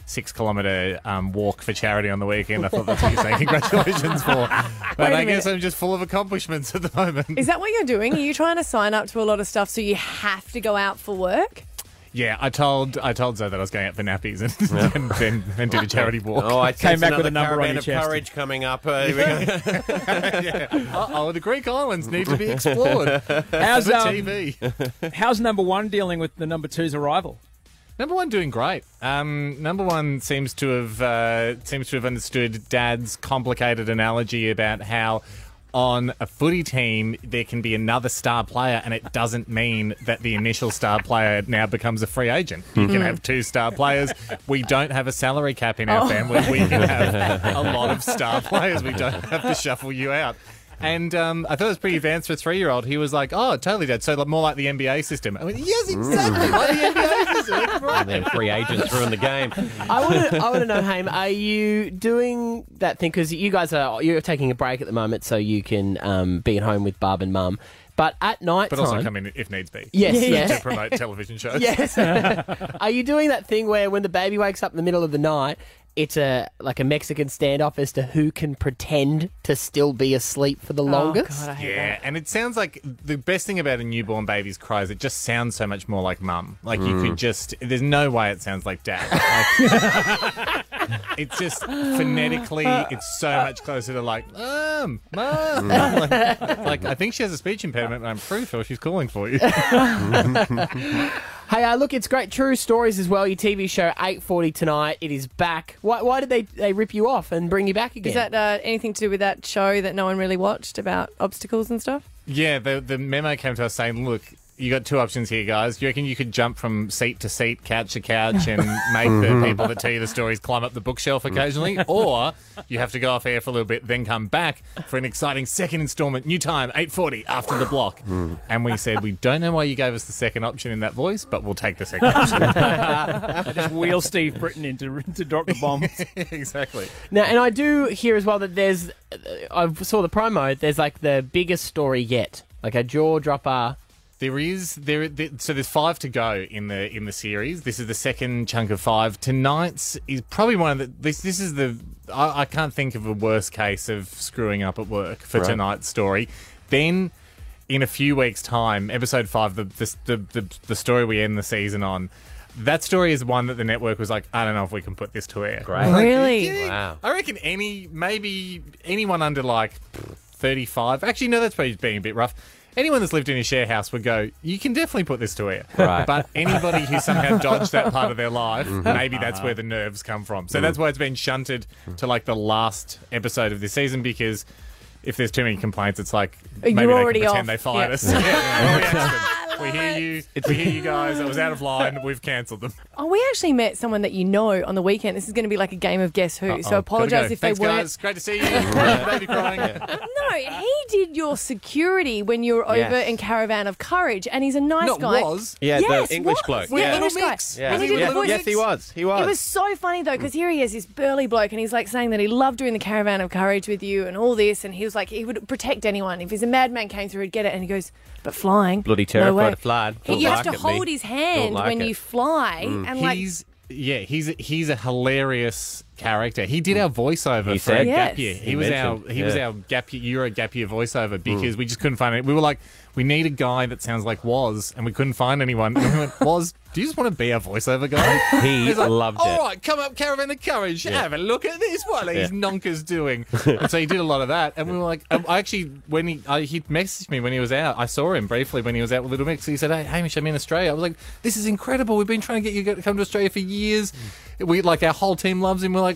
Speaker 18: six kilometre um, walk for charity on the weekend. I thought that's what you're saying. Congratulations for. But
Speaker 5: a
Speaker 18: I guess I'm just full of accomplishments at the moment.
Speaker 5: Is that what you're doing? Are you trying to sign up to a lot of stuff so you have to go out for work?
Speaker 18: Yeah, I told I told Zoe that I was going out for nappies and, and then and did a charity walk.
Speaker 8: Oh, I sense another caravan of courage coming up. Uh, here we go.
Speaker 18: Oh, the Greek islands need to be explored.
Speaker 3: How's
Speaker 18: For
Speaker 3: um,
Speaker 18: TV.
Speaker 3: how's number one dealing with the number two's arrival?
Speaker 18: Number one doing great. Um, number one seems to have uh, seems to have understood Dad's complicated analogy about how on a footy team there can be another star player, and it doesn't mean that the initial star player now becomes a free agent. You can
Speaker 8: Mhm.
Speaker 18: have two star players. We don't have a salary cap in our
Speaker 8: Oh.
Speaker 18: family. We can have a lot of star players. We don't have to shuffle you out. And um, I thought it was pretty advanced for a three-year-old. He was like, "Oh, totally, Dad." So like, more like the NBA system. I went, "Yes, exactly." like the NBA system.
Speaker 8: and then free agents ruin the game.
Speaker 2: I want to. I want to know, Ham. Are you doing that thing? Because you guys are. You're taking a break at the moment, so you can um, be at home with Barb and Mum. But at night
Speaker 18: But
Speaker 2: time,
Speaker 18: also come in if needs be.
Speaker 2: Yes,
Speaker 18: To-
Speaker 2: yeah.
Speaker 18: To promote television shows.
Speaker 2: Yes. Oh, Are you doing that thing where when the baby wakes up in the middle of the night, it's a like a Mexican standoff as to who can pretend to still be asleep
Speaker 5: Oh,
Speaker 2: for the longest?
Speaker 18: yeah, and it sounds like the best thing about a newborn baby's cry is it just sounds so much more like mum. Like you
Speaker 8: Mm.
Speaker 18: could just, there's no way it sounds like dad. Like, it's just phonetically, it's so much closer to like mum, mum.
Speaker 1: Mm.
Speaker 18: Like, like, I think she has a speech impediment, and I'm pretty sure she's calling for you.
Speaker 2: Hey, uh, look, it's great. True stories as well. Your TV show eight forty tonight. It is back. Why, why did they they rip you off and bring you back again?
Speaker 5: Is that uh, anything to do with that show that no one really watched about obstacles and stuff?
Speaker 18: Yeah, the the memo came to us saying, look, you got two options here, guys. You reckon you could jump from seat to seat, couch to couch, and make
Speaker 8: Mhm.
Speaker 18: the people that tell you the stories climb up the bookshelf occasionally, or you have to go off air for a little bit, then come back for an exciting second installment, new time, eight forty after the block. And we said, we don't know why you gave us the second option in that voice, but we'll take the second option.
Speaker 3: I just wheel Steve Britton in to, to drop the bomb.
Speaker 18: exactly.
Speaker 2: Now, and I uh, do hear as well that there's, I saw the promo. There's like the biggest story yet Like a jaw dropper.
Speaker 18: There is there, there so there's five to go in the in the series. This is the second chunk of five. Tonight's is probably one of the this this is the I, I can't think of a worse case of screwing up at work for
Speaker 8: Right.
Speaker 18: tonight's story. Then in a few weeks' time, episode five, the the, the the the story we end the season on. That story is one that the network was like, I don't know if we can put this to air.
Speaker 8: Great.
Speaker 18: Really?
Speaker 8: Wow.
Speaker 18: I reckon any, maybe anyone under like 35, actually, no, that's probably being a bit rough. Anyone that's lived in a share house would go, you can definitely put this to air.
Speaker 8: Right.
Speaker 18: But anybody who somehow dodged that part of their life,
Speaker 8: Mhm.
Speaker 18: maybe that's where the nerves come from. So
Speaker 8: Mhm.
Speaker 18: that's why it's been shunted to like the last episode of this season because if there's too many complaints, it's like
Speaker 5: You're
Speaker 18: maybe they can
Speaker 5: already
Speaker 18: pretend
Speaker 5: off.
Speaker 18: they fired
Speaker 5: Yeah.
Speaker 18: us. Yeah. We axed them. We hear you. we hear you guys. I was out of line. We've cancelled them.
Speaker 5: Oh, we actually met someone that you know on the weekend. This is going to be like a game of guess who.
Speaker 18: Uh-oh.
Speaker 5: So apologise
Speaker 18: Gotta go.
Speaker 5: if
Speaker 18: Thanks,
Speaker 5: they weren't.
Speaker 18: guys. Great to see you. Baby crying.
Speaker 5: No, he did your security when you were over
Speaker 18: Yes.
Speaker 5: in Caravan of Courage, and he's a nice
Speaker 18: Not
Speaker 5: guy.
Speaker 18: was.
Speaker 8: Yeah, the
Speaker 5: Yes,
Speaker 8: English
Speaker 5: was.
Speaker 8: bloke.
Speaker 5: The
Speaker 8: Yeah.
Speaker 5: English
Speaker 8: Little
Speaker 5: guy.
Speaker 8: Mix. Yeah.
Speaker 5: And
Speaker 8: Was
Speaker 5: he
Speaker 8: he
Speaker 5: did the
Speaker 8: Little
Speaker 5: voice.
Speaker 8: Mix? Yes, he was. He was.
Speaker 5: It was so funny though, because here he is, this burly bloke, and he's like saying that he loved doing the Caravan of Courage with you and all this, and he was like he would protect anyone. If he's a madman came through, he'd get it, and he goes, but flying,
Speaker 8: Bloody
Speaker 5: no
Speaker 8: terrified
Speaker 5: way.
Speaker 8: of flying.
Speaker 5: He-
Speaker 8: Don't
Speaker 5: you
Speaker 8: like
Speaker 5: have to
Speaker 8: it, me.
Speaker 5: hold his
Speaker 8: Don't
Speaker 5: hand
Speaker 18: like
Speaker 5: when
Speaker 18: it.
Speaker 5: you fly, and like
Speaker 18: he's yeah, he's a, he's a hilarious character. He did our voiceover
Speaker 8: He
Speaker 18: for our
Speaker 8: said.
Speaker 18: gap
Speaker 8: Yes.
Speaker 18: year. He,
Speaker 8: He
Speaker 18: was
Speaker 8: mentioned,
Speaker 18: our he was
Speaker 8: yeah. Mm.
Speaker 18: our gap year Euro gap year voiceover because we just couldn't find it. We were like, we need a guy that sounds like Was, and we couldn't find anyone. And we went, Was, do you just want to be our voiceover guy?
Speaker 8: He
Speaker 18: He's like,
Speaker 8: loved
Speaker 18: All
Speaker 8: it.
Speaker 18: right, come up, caravan of courage.
Speaker 8: Yeah.
Speaker 18: Have a look at this. What are
Speaker 8: Yeah.
Speaker 18: these nonkers doing? and so he did a lot of that. And we were like, um, I actually when he I, he messaged me when he was out. I saw him briefly when he was out with Little Mix. He said, "Hey, Hamish, I'm in Australia." I was like, "This is incredible. We've been trying to get you to come to Australia for years.
Speaker 8: Mm.
Speaker 18: We like our whole team loves him. We're like."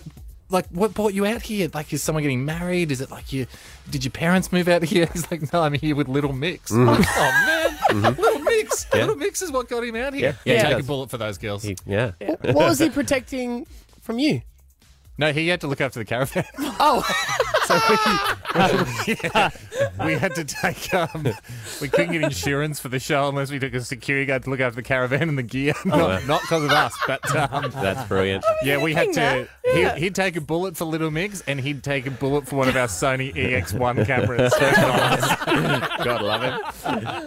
Speaker 18: Like what brought you out here? Like is someone getting married? Is it like you? Did your parents move out here? He's like, no, I'm here with Little Mix.
Speaker 8: Mhm.
Speaker 18: oh man,
Speaker 2: Mm-hmm.
Speaker 8: Mhm.
Speaker 18: Little Mix,
Speaker 8: Yeah.
Speaker 18: Little Mix is what got him out
Speaker 8: Yeah.
Speaker 18: here.
Speaker 8: Yeah, he
Speaker 18: take a
Speaker 8: does.
Speaker 18: bullet for those girls.
Speaker 8: Yeah.
Speaker 2: What was he protecting from you?
Speaker 18: No, he had to look after the caravan.
Speaker 2: Oh,
Speaker 18: so we, yeah, we had to take. Um, we couldn't get insurance for the show unless we took a security guard to look after the caravan and the gear.
Speaker 8: wow.
Speaker 18: Not because of us, but um,
Speaker 8: That's brilliant.
Speaker 18: Yeah, we had
Speaker 8: thinking
Speaker 18: to. He,
Speaker 8: that.
Speaker 18: He'd take a bullet for Little Mix, and he'd take a bullet for one of our Sony EX1 cameras. God love it.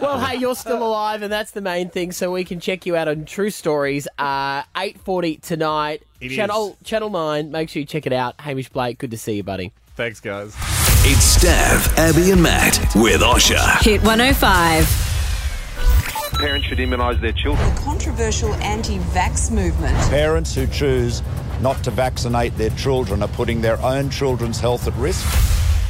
Speaker 2: well, hey, you're still alive, and that's the main thing. So we can check you out on True Stories, uh, eight forty tonight,
Speaker 7: It
Speaker 2: channel Channel Nine. Make sure you check it out. Hamish Blake, good to see you, buddy.
Speaker 18: Thanks, guys.
Speaker 7: It's Stav, Abby, and Matt with Osha.
Speaker 6: Hit 105.
Speaker 19: Parents should immunise their children.
Speaker 6: Controversial anti vax movement.
Speaker 20: Parents who choose not to vaccinate their children are putting their own children's health at risk.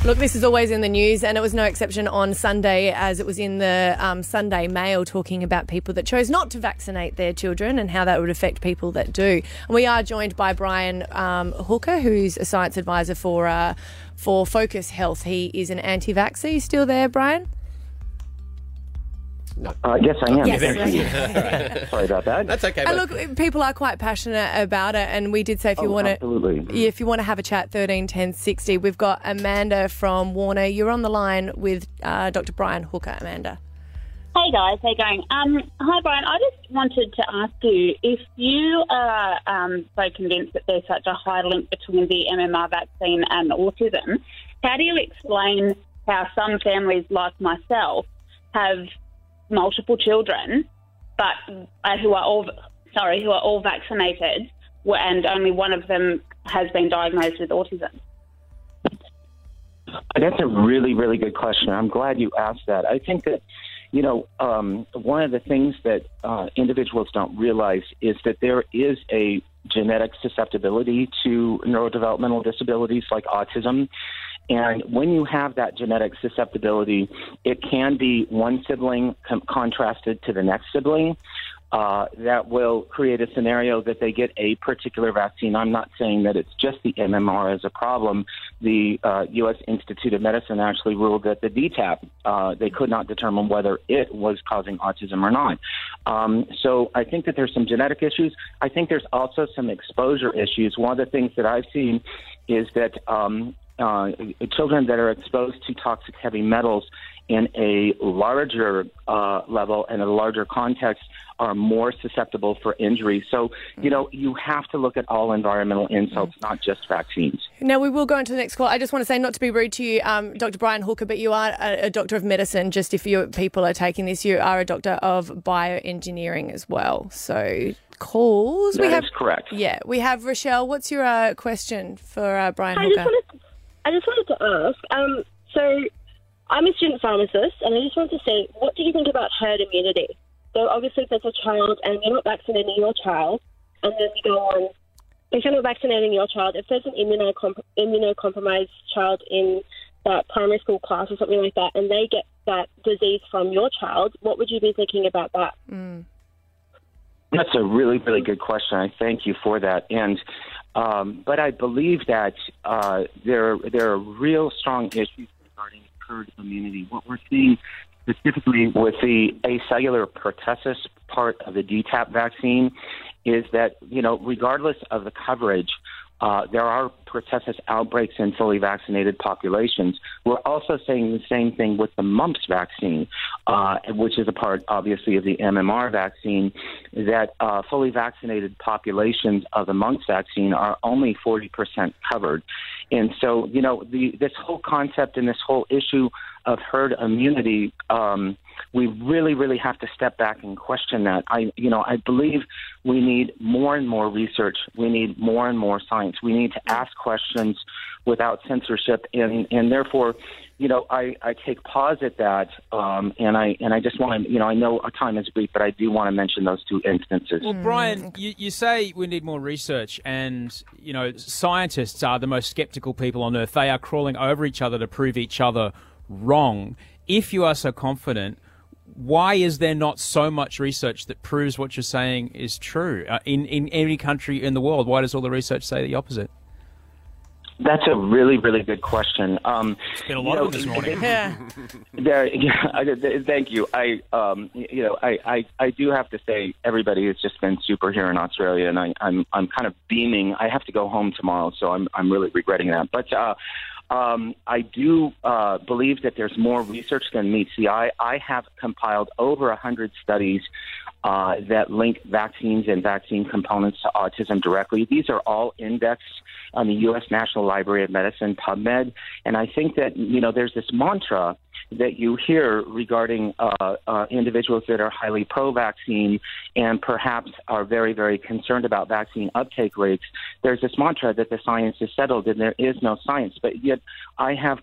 Speaker 5: Look, this is always in the news, and it was no exception on Sunday, as it was in the um, Sunday Mail talking about people that chose not to vaccinate their children and how that would affect people that do. And we are joined by Brian um, Hooker, who's a science advisor for uh, for Focus Health. He is an anti-vaxxer. You still there, Brian?
Speaker 19: Uh, yes, I am.
Speaker 5: Yes.
Speaker 19: Thank you. Sorry about that. That's okay.
Speaker 5: and look, people are quite passionate about it, and we did say if you
Speaker 19: Oh,
Speaker 5: want to,
Speaker 19: absolutely.
Speaker 5: if you want to have a chat, thirteen ten sixty. We've got Amanda from Warner. You're on the line with uh, Dr. Brian Hooker. Amanda.
Speaker 21: Hey guys, how you going? Um, hi Brian, I just wanted to ask you if you are um, so convinced that there's such a high link between the MMR vaccine and autism, how do you explain how some families, like myself, have multiple children, but uh, who are all sorry, who are all vaccinated, wh- and only one of them has been diagnosed with autism?
Speaker 19: That's a really, really good question. I'm glad you asked that. I think that, you know, um, one of the things that uh, individuals don't realize is that there is a genetic susceptibility to neurodevelopmental disabilities like autism. And when you have that genetic susceptibility, it can be one sibling com- contrasted to the next sibling. Uh, that will create a scenario that they get a particular vaccine. I'm not saying that it's just the MMR is a problem. The uh, U.S. Institute of Medicine actually ruled that the DTaP, uh, they could not determine whether it was causing autism or not. Um, so I think that there's some genetic issues. I think there's also some exposure issues. One of the things that I've seen is that um, uh, children that are exposed to toxic heavy metals in a larger uh, level and a larger context are more susceptible for injury. So, you know, you have to look at all environmental insults, not just vaccines.
Speaker 5: Now we will go into the next call. I just want to say, not to be rude to you, um, Dr. Brian Hooker, but you are a, a doctor of medicine. Just if you people are taking this, you are a doctor of bioengineering as well. So calls we
Speaker 17: That
Speaker 5: have
Speaker 17: is correct.
Speaker 5: Yeah, we have Rochelle. What's your uh, question for uh, Brian
Speaker 17: I
Speaker 5: Hooker?
Speaker 17: just wanted, I just wanted to ask. Um, so, I'm a student pharmacist, and I just wanted to say, what do you think about herd immunity? So, obviously, if there's a child and you're not vaccinating your child, and then you go on, if you're not vaccinating your child, if there's an immunocomp- immunocompromised child in that primary school class or something like that, and they get that disease from your child, what would you be thinking about that?
Speaker 19: That's a really, really good question. I thank you for that. And um, but I believe that uh, there there are real strong issues regarding herd immunity. What we're seeing specifically with the acellular pertussis part of the DTaP vaccine is that you know regardless of the coverage. Uh, there are pertussis outbreaks in fully vaccinated populations. We're also seeing the same thing with the mumps vaccine, uh, which is a part, obviously, of the MMR vaccine. That uh, fully vaccinated populations of the mumps vaccine are only 40% covered, and so you know the, this whole concept and this whole issue of herd immunity, um, we really, really have to step back and question that. I, you know, I believe we need more and more research. We need more and more science. We need to ask questions without censorship, and and therefore, you know, I, I take pause at that, um, and I and I just want to, you know, I know our time is brief, but I do want to mention those two instances.
Speaker 3: Well, Brian, you, you say we need more research, and you know scientists are the most skeptical people on earth. They are crawling over each other to prove each other wrong. If you are so confident, why is there not so much research that proves what you're saying is true uh, in in any country in the world? Why does all the research say the opposite?
Speaker 19: That's a really, really good question. Um,
Speaker 3: been a lot
Speaker 19: you
Speaker 3: of them this morning.
Speaker 5: Yeah.
Speaker 19: there, yeah, I, th- thank you. I, um, y- you know, I, I, I do have to say everybody has just been super here in Australia, and I, I'm, I'm kind of beaming. I have to go home tomorrow, so I'm, I'm really regretting that. But uh, um, I do uh, believe that there's more research than meets the eye. I have compiled over a hundred studies uh, that link vaccines and vaccine components to autism directly. These are all indexed on the U.S. National Library of Medicine, PubMed, and I think that you know there's this mantra that you hear regarding uh, uh, individuals that are highly pro-vaccine and perhaps are very, very concerned about vaccine uptake rates. There's this mantra that the science is settled and there is no science, but yet I have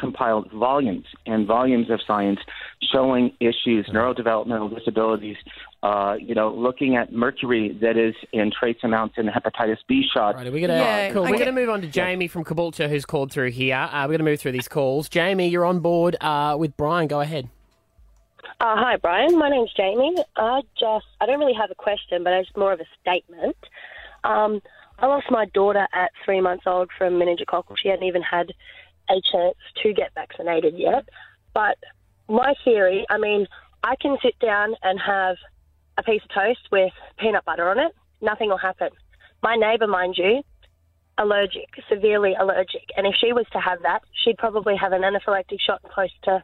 Speaker 19: compiled volumes and volumes of science showing issues, neurodevelopmental disabilities, uh, you know, looking at mercury that is in trace amounts in hepatitis B shot.
Speaker 2: Right, are we gonna cool. We're gonna move on to Jamie from Caboolture, who's called through here. Uh, we're gonna move through these calls. Jamie, you're on board uh, with Brian. Go ahead.
Speaker 22: Uh, hi, Brian. My name's Jamie. I just, I don't really have a question, but it's more of a statement. Um, I lost my daughter at three months old from meningococcal. She hadn't even had a chance to get vaccinated yet. But my theory, I mean, I can sit down and have a piece of toast with peanut butter on it. Nothing will happen. My neighbour, mind you, allergic, severely allergic. And if she was to have that, she'd probably have an anaphylactic shock and close to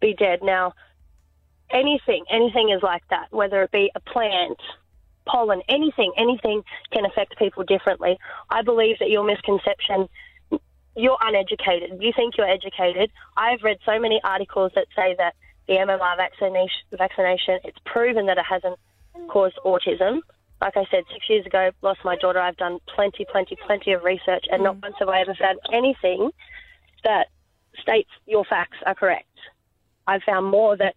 Speaker 22: be dead. Now, anything, anything is like that, whether it be a plant, pollen, anything, anything can affect people differently. I believe that your misconception, you're uneducated. You think you're educated. I've read so many articles that say that the MMR vaccination, vaccination it's proven that it hasn't caused autism. Like I said, six years ago, lost my daughter. I've done plenty, plenty, plenty of research, and not once have I ever found anything that states your facts are correct. I've found more that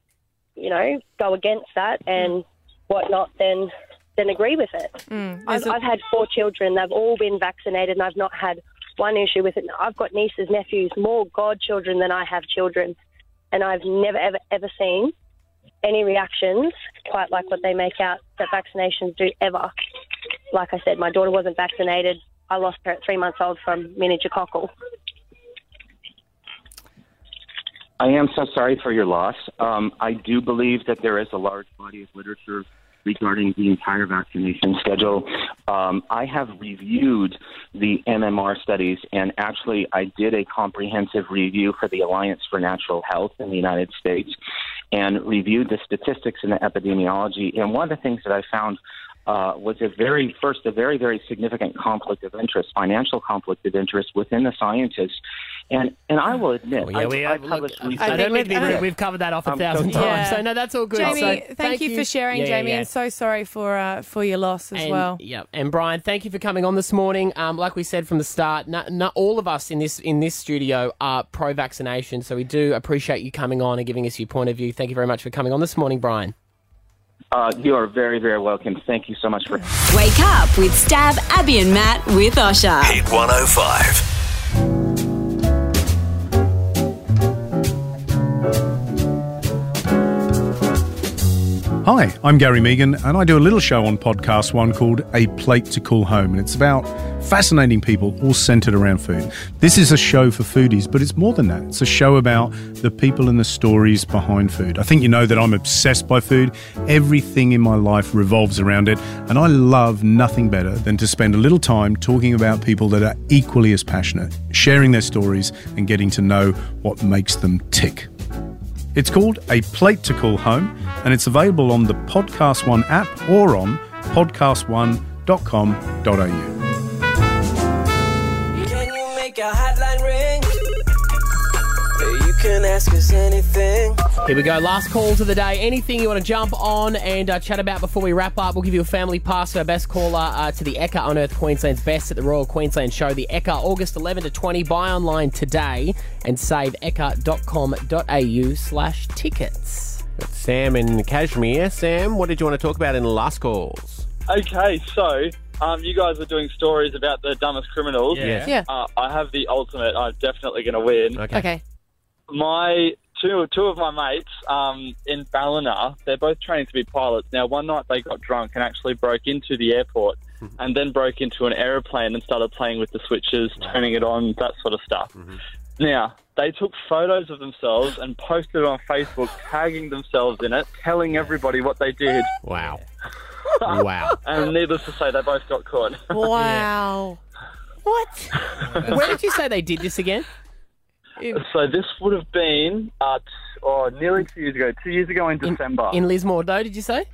Speaker 22: you know, go against that and whatnot, then then agree with it.
Speaker 2: Mm,
Speaker 22: I've, i I've had four children; they've all been vaccinated, and I've not had one issue with it. I've got nieces, nephews, more godchildren than I have children, and I've never ever ever seen any reactions quite like what they make out that vaccinations do ever. Like I said, my daughter wasn't vaccinated. I lost her at three months old from meningococcal.
Speaker 19: I am so sorry for your loss. Um, I do believe that there is a large body of literature regarding the entire vaccination schedule. Um, I have reviewed the MMR studies, and actually, I did a comprehensive review for the Alliance for Natural Health in the United States and reviewed the statistics and the epidemiology. And one of the things that I found uh, was a very first a very very significant conflict of interest, financial conflict of interest within the scientists, and and I will admit,
Speaker 2: Well, Oh, yeah,
Speaker 19: I,
Speaker 2: we-
Speaker 19: I
Speaker 2: look,
Speaker 19: published
Speaker 2: I
Speaker 19: research-
Speaker 2: don't think we've, we've covered that off a
Speaker 19: I'm so
Speaker 2: thousand
Speaker 19: sorry.
Speaker 2: times.
Speaker 19: Yeah.
Speaker 2: So no, that's all good.
Speaker 5: Jamie,
Speaker 2: So
Speaker 5: thank, you, for sharing,
Speaker 2: Yeah, yeah,
Speaker 5: Jamie,
Speaker 2: yeah.
Speaker 5: and so sorry for uh, for your loss as
Speaker 2: and,
Speaker 5: well.
Speaker 2: Yeah, and Brian, thank you for coming on this morning. Um, like we said from the start, no, no, all of us in this in this studio are pro-vaccination, so we do appreciate you coming on and giving us your point of view. Thank you very much for coming on this morning, Brian.
Speaker 19: Uh, you are very very welcome. Thank you so much for.
Speaker 6: Wake up with Stab, Abby and Matt with Osha.
Speaker 7: Hit 105.
Speaker 12: Hi, I'm Gary Megan, and I do a little show on Podcast One called A Plate to Call Home, and it's about fascinating people all centered around food. This is a show for foodies, but it's more than that. It's a show about the people and the stories behind food. I think you know that I'm obsessed by food. Everything in my life revolves around it, and I love nothing better than to spend a little time talking about people that are equally as passionate, sharing their stories, and getting to know what makes them tick. It's called A Plate to Call Home, and it's available on the Podcast One app or on podcastone.com.au.
Speaker 1: Can you make a hotline ring? You can ask us anything.
Speaker 2: Here we go. Last call to the day. Anything you want to jump on and uh, chat about before we wrap up? We'll give you a family pass for our best caller uh, to the ECCA Unearth Queensland's Best at the Royal Queensland Show. The ECCA, August 11 to 20. Buy online today and save ECCA.com.au slash tickets.
Speaker 8: Sam in Kashmir. Sam, what did you want to talk about in last calls?
Speaker 23: Okay, so um, you guys are doing stories about the dumbest criminals.
Speaker 8: Yeah. Yeah.
Speaker 23: Uh, I have the ultimate. I'm definitely going to win.
Speaker 5: okay.
Speaker 23: My two two of my mates um, in Ballina, they're both training to be pilots. Now, one night they got drunk and actually broke into the airport and then broke into an aeroplane and started playing with the switches, turning it on, that sort of stuff. Now, they took photos of themselves and posted it on Facebook, tagging themselves in it, telling everybody what they did.
Speaker 8: Wow. Wow.
Speaker 23: and needless to say, they both got caught.
Speaker 5: Wow.
Speaker 2: What? Where did you say they did this again?
Speaker 23: So this would have been uh, t- oh, nearly two years ago. Two years ago in December.
Speaker 2: In Lismore, though, did you say?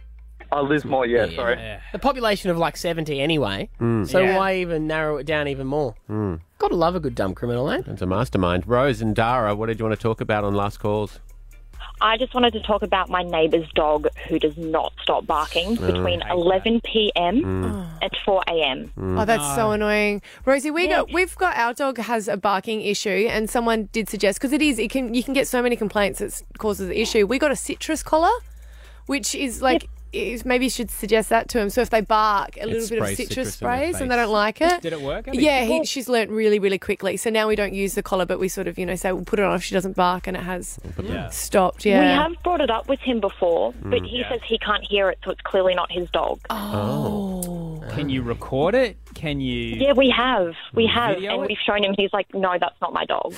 Speaker 23: oh, Lismore, yeah, sorry.
Speaker 2: The population of like 70 anyway.
Speaker 8: Mm.
Speaker 2: So
Speaker 23: Yeah.
Speaker 2: why even narrow it down even more?
Speaker 18: Hmm.
Speaker 8: Mm.
Speaker 2: Gotta love a good dumb criminal, eh?
Speaker 8: It's a mastermind. Rose and Dara, what did you want to talk about on last calls?
Speaker 9: I just wanted to talk about my neighbour's dog who does not stop barking
Speaker 8: Oh.
Speaker 9: between
Speaker 8: Hate that.
Speaker 9: 11 p.m.
Speaker 8: Mm.
Speaker 9: and 4 a.m.
Speaker 5: Oh, that's so annoying, Rosie. We got we've got our dog has a barking issue, and someone did suggest because it is it can you can get so many complaints that causes the issue. We got a citrus collar, which is like is, maybe you should suggest that to him. So if they bark, a
Speaker 23: It
Speaker 5: little bit of
Speaker 23: sprays
Speaker 5: citrus,
Speaker 23: citrus in their
Speaker 5: sprays, and they
Speaker 23: face.
Speaker 5: don't like it.
Speaker 23: Did it work, Abby?
Speaker 5: Yeah,
Speaker 23: Yeah.
Speaker 5: he, she's learnt really really quickly. So now we don't use the collar, but we sort of you know say we'll put it on if she doesn't bark, and it has stopped. Yeah,
Speaker 9: We have brought it up with him before, but
Speaker 23: Mm.
Speaker 9: he
Speaker 23: Yeah.
Speaker 9: says he can't hear it, so it's clearly not his dog.
Speaker 23: Oh. Can you record it? Can you?
Speaker 9: Yeah, we have. We have.
Speaker 23: Video
Speaker 9: and
Speaker 23: it?
Speaker 9: we've shown him, he's like, no, that's not my dog.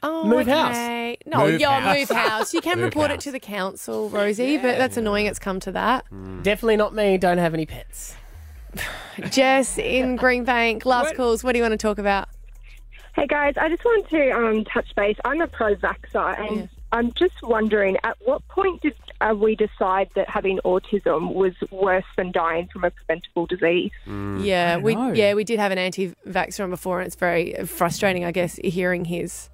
Speaker 5: Oh,
Speaker 9: Move house.
Speaker 5: okay. No,
Speaker 9: Move
Speaker 5: yeah,
Speaker 9: house.
Speaker 5: move house. You can
Speaker 9: Move
Speaker 5: report it
Speaker 9: house.
Speaker 5: to the council, Rosie, but that's annoying. It's come to that.
Speaker 9: Mm.
Speaker 2: Definitely not me. Don't have any pets.
Speaker 5: Jess in Greenbank, last calls. What do you want to talk about?
Speaker 24: Hey guys, I just wanted to um, touch base. I'm a pro-vaxxer, and I'm just wondering, at what point did uh, we decide that having autism was worse than dying from a preventable disease?
Speaker 9: Mm.
Speaker 5: Yeah, we yeah we did have an anti-vaxxer on before, and it's very frustrating, I guess, hearing his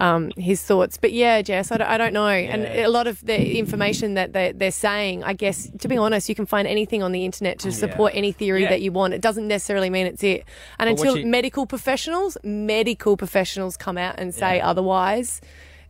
Speaker 5: um, his thoughts. But yeah, Jess, I don't, I don't know, and
Speaker 24: Yeah.
Speaker 5: a lot of the information that they're, they're saying, I guess, to be honest, you can find anything on the internet to support any theory
Speaker 9: Yeah.
Speaker 5: that you want. It doesn't necessarily mean it's it. And
Speaker 9: But what
Speaker 5: until
Speaker 9: you-
Speaker 5: medical professionals, medical professionals come out and say otherwise,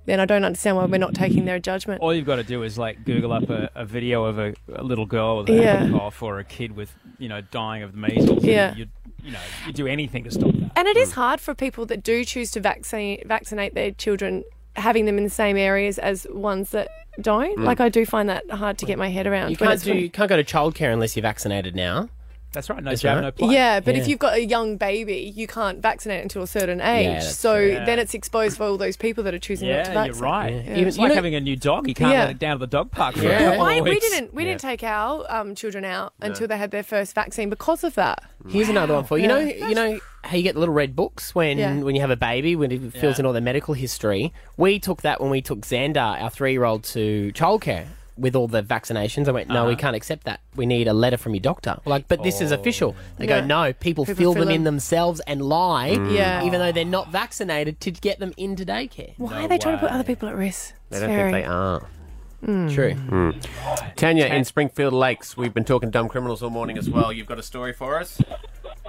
Speaker 5: then I don't understand why we're not taking their judgment.
Speaker 3: All you've got to do is like Google up a, a video of a, a little girl with a
Speaker 5: Yeah.
Speaker 3: cough or a kid with you know dying of the measles. and
Speaker 5: Yeah.
Speaker 3: You, you know, you do anything to stop that.
Speaker 5: And it is
Speaker 2: Mm.
Speaker 5: hard for people that do choose to vaccinate vaccinate their children, having them in the same areas as ones that don't.
Speaker 2: Mm.
Speaker 5: Like I do find that hard to get my head around.
Speaker 2: You
Speaker 5: when
Speaker 2: can't
Speaker 5: it's
Speaker 2: do.
Speaker 5: from-
Speaker 2: You can't go to childcare unless you're vaccinated now.
Speaker 3: That's right. No
Speaker 2: That's
Speaker 3: jab,
Speaker 2: right.
Speaker 3: no play.
Speaker 5: Yeah, but if you've got a young baby, you can't vaccinate until a certain age.
Speaker 3: that's
Speaker 5: so
Speaker 3: true. Yeah.
Speaker 5: then it's exposed for all those people that are choosing not to
Speaker 3: Yeah,
Speaker 5: vaccinate.
Speaker 3: you're right.
Speaker 5: Yeah.
Speaker 3: Even, it's
Speaker 5: You
Speaker 3: like
Speaker 5: know-
Speaker 3: having a new dog. You can't
Speaker 5: Yeah.
Speaker 3: let it down to the dog park. For
Speaker 5: Yeah.
Speaker 3: a couple
Speaker 5: I-
Speaker 3: of
Speaker 5: we
Speaker 3: weeks.
Speaker 5: didn't we didn't take our um, children out
Speaker 2: No.
Speaker 5: until they had their first vaccine because of that.
Speaker 2: Here's another one for you.
Speaker 5: Yeah.
Speaker 2: know, you know how you get the little red books when
Speaker 5: Yeah.
Speaker 2: when you have a baby when it fills
Speaker 5: Yeah.
Speaker 2: in all their medical history. We took that when we took Xander, our three year old, to childcare with all the vaccinations. I went, no, we
Speaker 3: Uh-huh.
Speaker 2: can't accept that. We need a letter from your doctor. We're like, but this is
Speaker 3: Oh.
Speaker 2: official. They
Speaker 3: Yeah.
Speaker 2: go, no,
Speaker 3: People
Speaker 2: people,
Speaker 3: fill
Speaker 2: fill them in
Speaker 3: them.
Speaker 2: themselves and lie,
Speaker 3: Mm. Yeah.
Speaker 2: even though they're not vaccinated, to get them into daycare.
Speaker 5: Why are they trying to put other people at risk?
Speaker 8: They
Speaker 5: It's
Speaker 8: don't
Speaker 5: very-
Speaker 8: think they are. Mm.
Speaker 5: Mm.
Speaker 2: True.
Speaker 8: Tanya in Springfield Lakes, we've been talking dumb criminals all morning as well. You've got a story for us?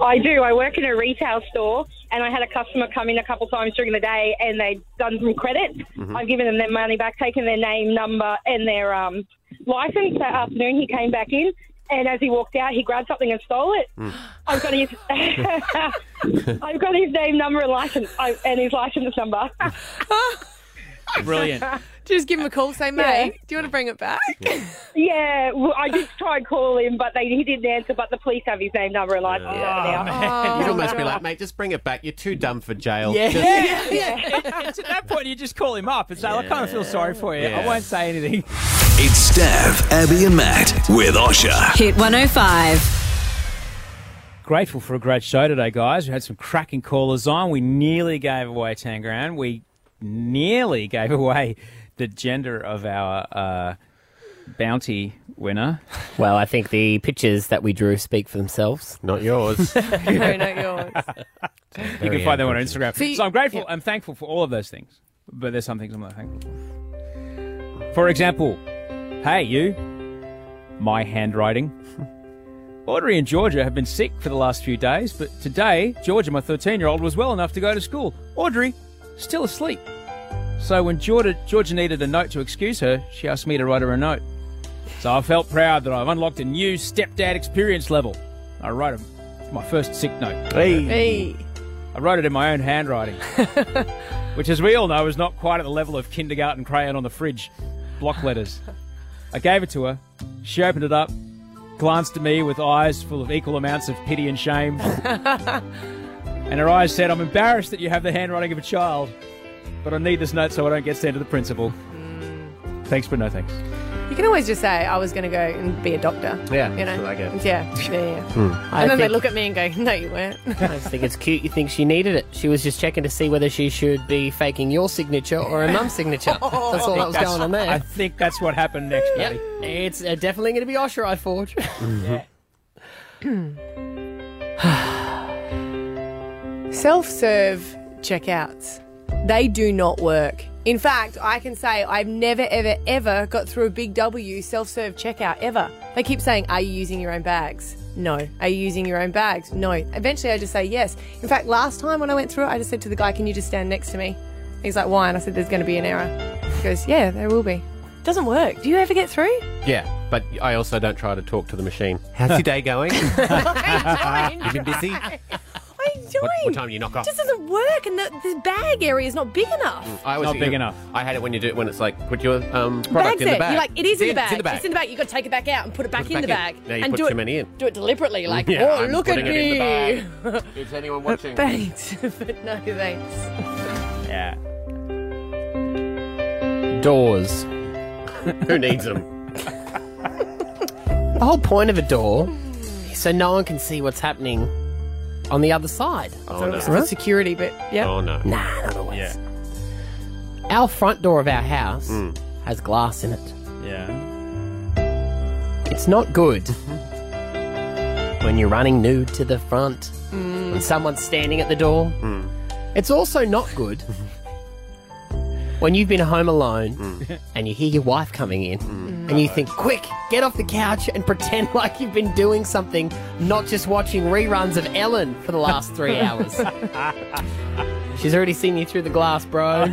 Speaker 4: I do. I work in a retail store, and I had a customer come in a couple times during the day, and they'd done some credit.
Speaker 13: Mhm.
Speaker 4: I've given them their money back, taken their name, number, and their um, license. That afternoon, he came back in, and as he walked out, he grabbed something and stole it.
Speaker 2: Mm.
Speaker 4: I've got his, I've got his name, number, and license, I, and his license number.
Speaker 3: Brilliant.
Speaker 5: Just give him a call. Say, mate, do you want to bring it back?
Speaker 4: yeah, well, I did try and call him, but they, he didn't answer. But the police have his name, number, and license now.
Speaker 8: Oh, You'd almost be like, mate, just bring it back. You're too dumb for jail.
Speaker 3: Yeah.
Speaker 8: Just-
Speaker 3: yeah. It's at that point, you just call him up and say, I kind of feel sorry for you. I
Speaker 7: Yeah.
Speaker 3: won't say anything.
Speaker 7: It's Stav, Abby, and Matt with Osha.
Speaker 6: Hit 105.
Speaker 3: Grateful for a great show today, guys. We had some cracking callers on. We nearly gave away 10 grand. We nearly gave away the gender of our uh, bounty winner.
Speaker 2: Well, I think the pictures that we drew speak for themselves.
Speaker 8: Not yours.
Speaker 5: no, not yours.
Speaker 3: You
Speaker 2: Very
Speaker 3: can find that one on
Speaker 2: unfortunate.
Speaker 3: Instagram. so I'm grateful. I'm thankful for all of those things. But there's some things I'm not thankful for. For example, hey, you, my handwriting. Audrey and Georgia have been sick for the last few days, but today, Georgia, my 13 year old, was well enough to go to school. Audrey, still asleep. So when Georgia, Georgia needed a note to excuse her, she asked me to write her a note. So I felt proud that I've unlocked a new stepdad experience level. I wrote a, my first sick note.
Speaker 5: Hey.
Speaker 3: I wrote it in my own handwriting, which, as we all know, is not quite at the level of kindergarten crayon on the fridge, block letters. I gave it to her. She opened it up, glanced at me with eyes full of equal amounts of pity and shame, and her eyes said, I'm embarrassed that you have the handwriting of a child, but I need this note so I don't get sent to the principal. Thanks, but no thanks.
Speaker 5: You can always just say, I was going to go and be a doctor.
Speaker 3: Yeah,
Speaker 5: You know?
Speaker 3: I like it.
Speaker 5: Yeah. Yeah. yeah.
Speaker 2: I
Speaker 5: and then they
Speaker 2: think-
Speaker 5: look at me and go, no, you weren't.
Speaker 2: I just think it's cute. You think she needed it. She was just checking to see whether she should be faking your signature or her mum's signature.
Speaker 5: Oh.
Speaker 2: That's all that was going on there.
Speaker 3: I think that's what happened next, buddy.
Speaker 2: It's uh, definitely going to be Osher, I forge.
Speaker 5: Self serve checkouts, they do not work. In fact, I can say I've never, ever, ever got through a big W self serve checkout ever. They keep saying, Are you using your own bags? No. Are you using your own bags? No. Eventually, I just say yes. In fact, last time when I went through it, I just said to the guy, Can you just stand next to me? He's like, Why? And I said, There's going to be an error. He goes, Yeah, there will be. Doesn't work. Do you ever get through?
Speaker 8: yeah, but I also don't try to talk to the machine. How's your day going? You've been busy?
Speaker 5: What,
Speaker 8: what time do you knock
Speaker 5: It
Speaker 8: off?
Speaker 5: just doesn't work, and the, the bag area is not big enough.
Speaker 8: Mm, I always
Speaker 3: Not
Speaker 8: think
Speaker 3: big
Speaker 8: it-
Speaker 3: enough.
Speaker 8: I hate it when you do it when it's like put your um, product
Speaker 5: Bags
Speaker 8: in the
Speaker 5: it.
Speaker 8: bag.
Speaker 5: You're like, it is in the bag.
Speaker 8: It's in the bag.
Speaker 5: It's in the bag. You've got to take it back out and put it back,
Speaker 8: it
Speaker 5: in the
Speaker 8: back
Speaker 5: bag.
Speaker 8: in. Now you
Speaker 5: and
Speaker 8: put
Speaker 5: do
Speaker 8: too
Speaker 5: it,
Speaker 8: many in. Mm,
Speaker 5: Do it deliberately. Like,
Speaker 8: Yeah,
Speaker 5: oh,
Speaker 8: I'm
Speaker 5: look at
Speaker 8: putting it in the
Speaker 5: me.
Speaker 8: Is anyone watching?
Speaker 5: Thanks. but no thanks.
Speaker 3: Yeah.
Speaker 2: Doors.
Speaker 8: Who needs them?
Speaker 2: The whole point of a door is so no one can see what's happening on the other side.
Speaker 5: I thought it was for security, but yeah.
Speaker 8: Oh, no.
Speaker 2: Nah, not always. Our front door of our house
Speaker 8: Mm.
Speaker 2: has glass in it.
Speaker 3: Yeah.
Speaker 2: It's not good when you're running nude to the front,
Speaker 5: Mm.
Speaker 2: when someone's standing at the door. It's also not good when you've been home alone and you hear your wife coming in and you think, quick, get off the couch and pretend like you've been doing something, not just watching reruns of Ellen for the last three hours. She's already seen you through the glass, bro.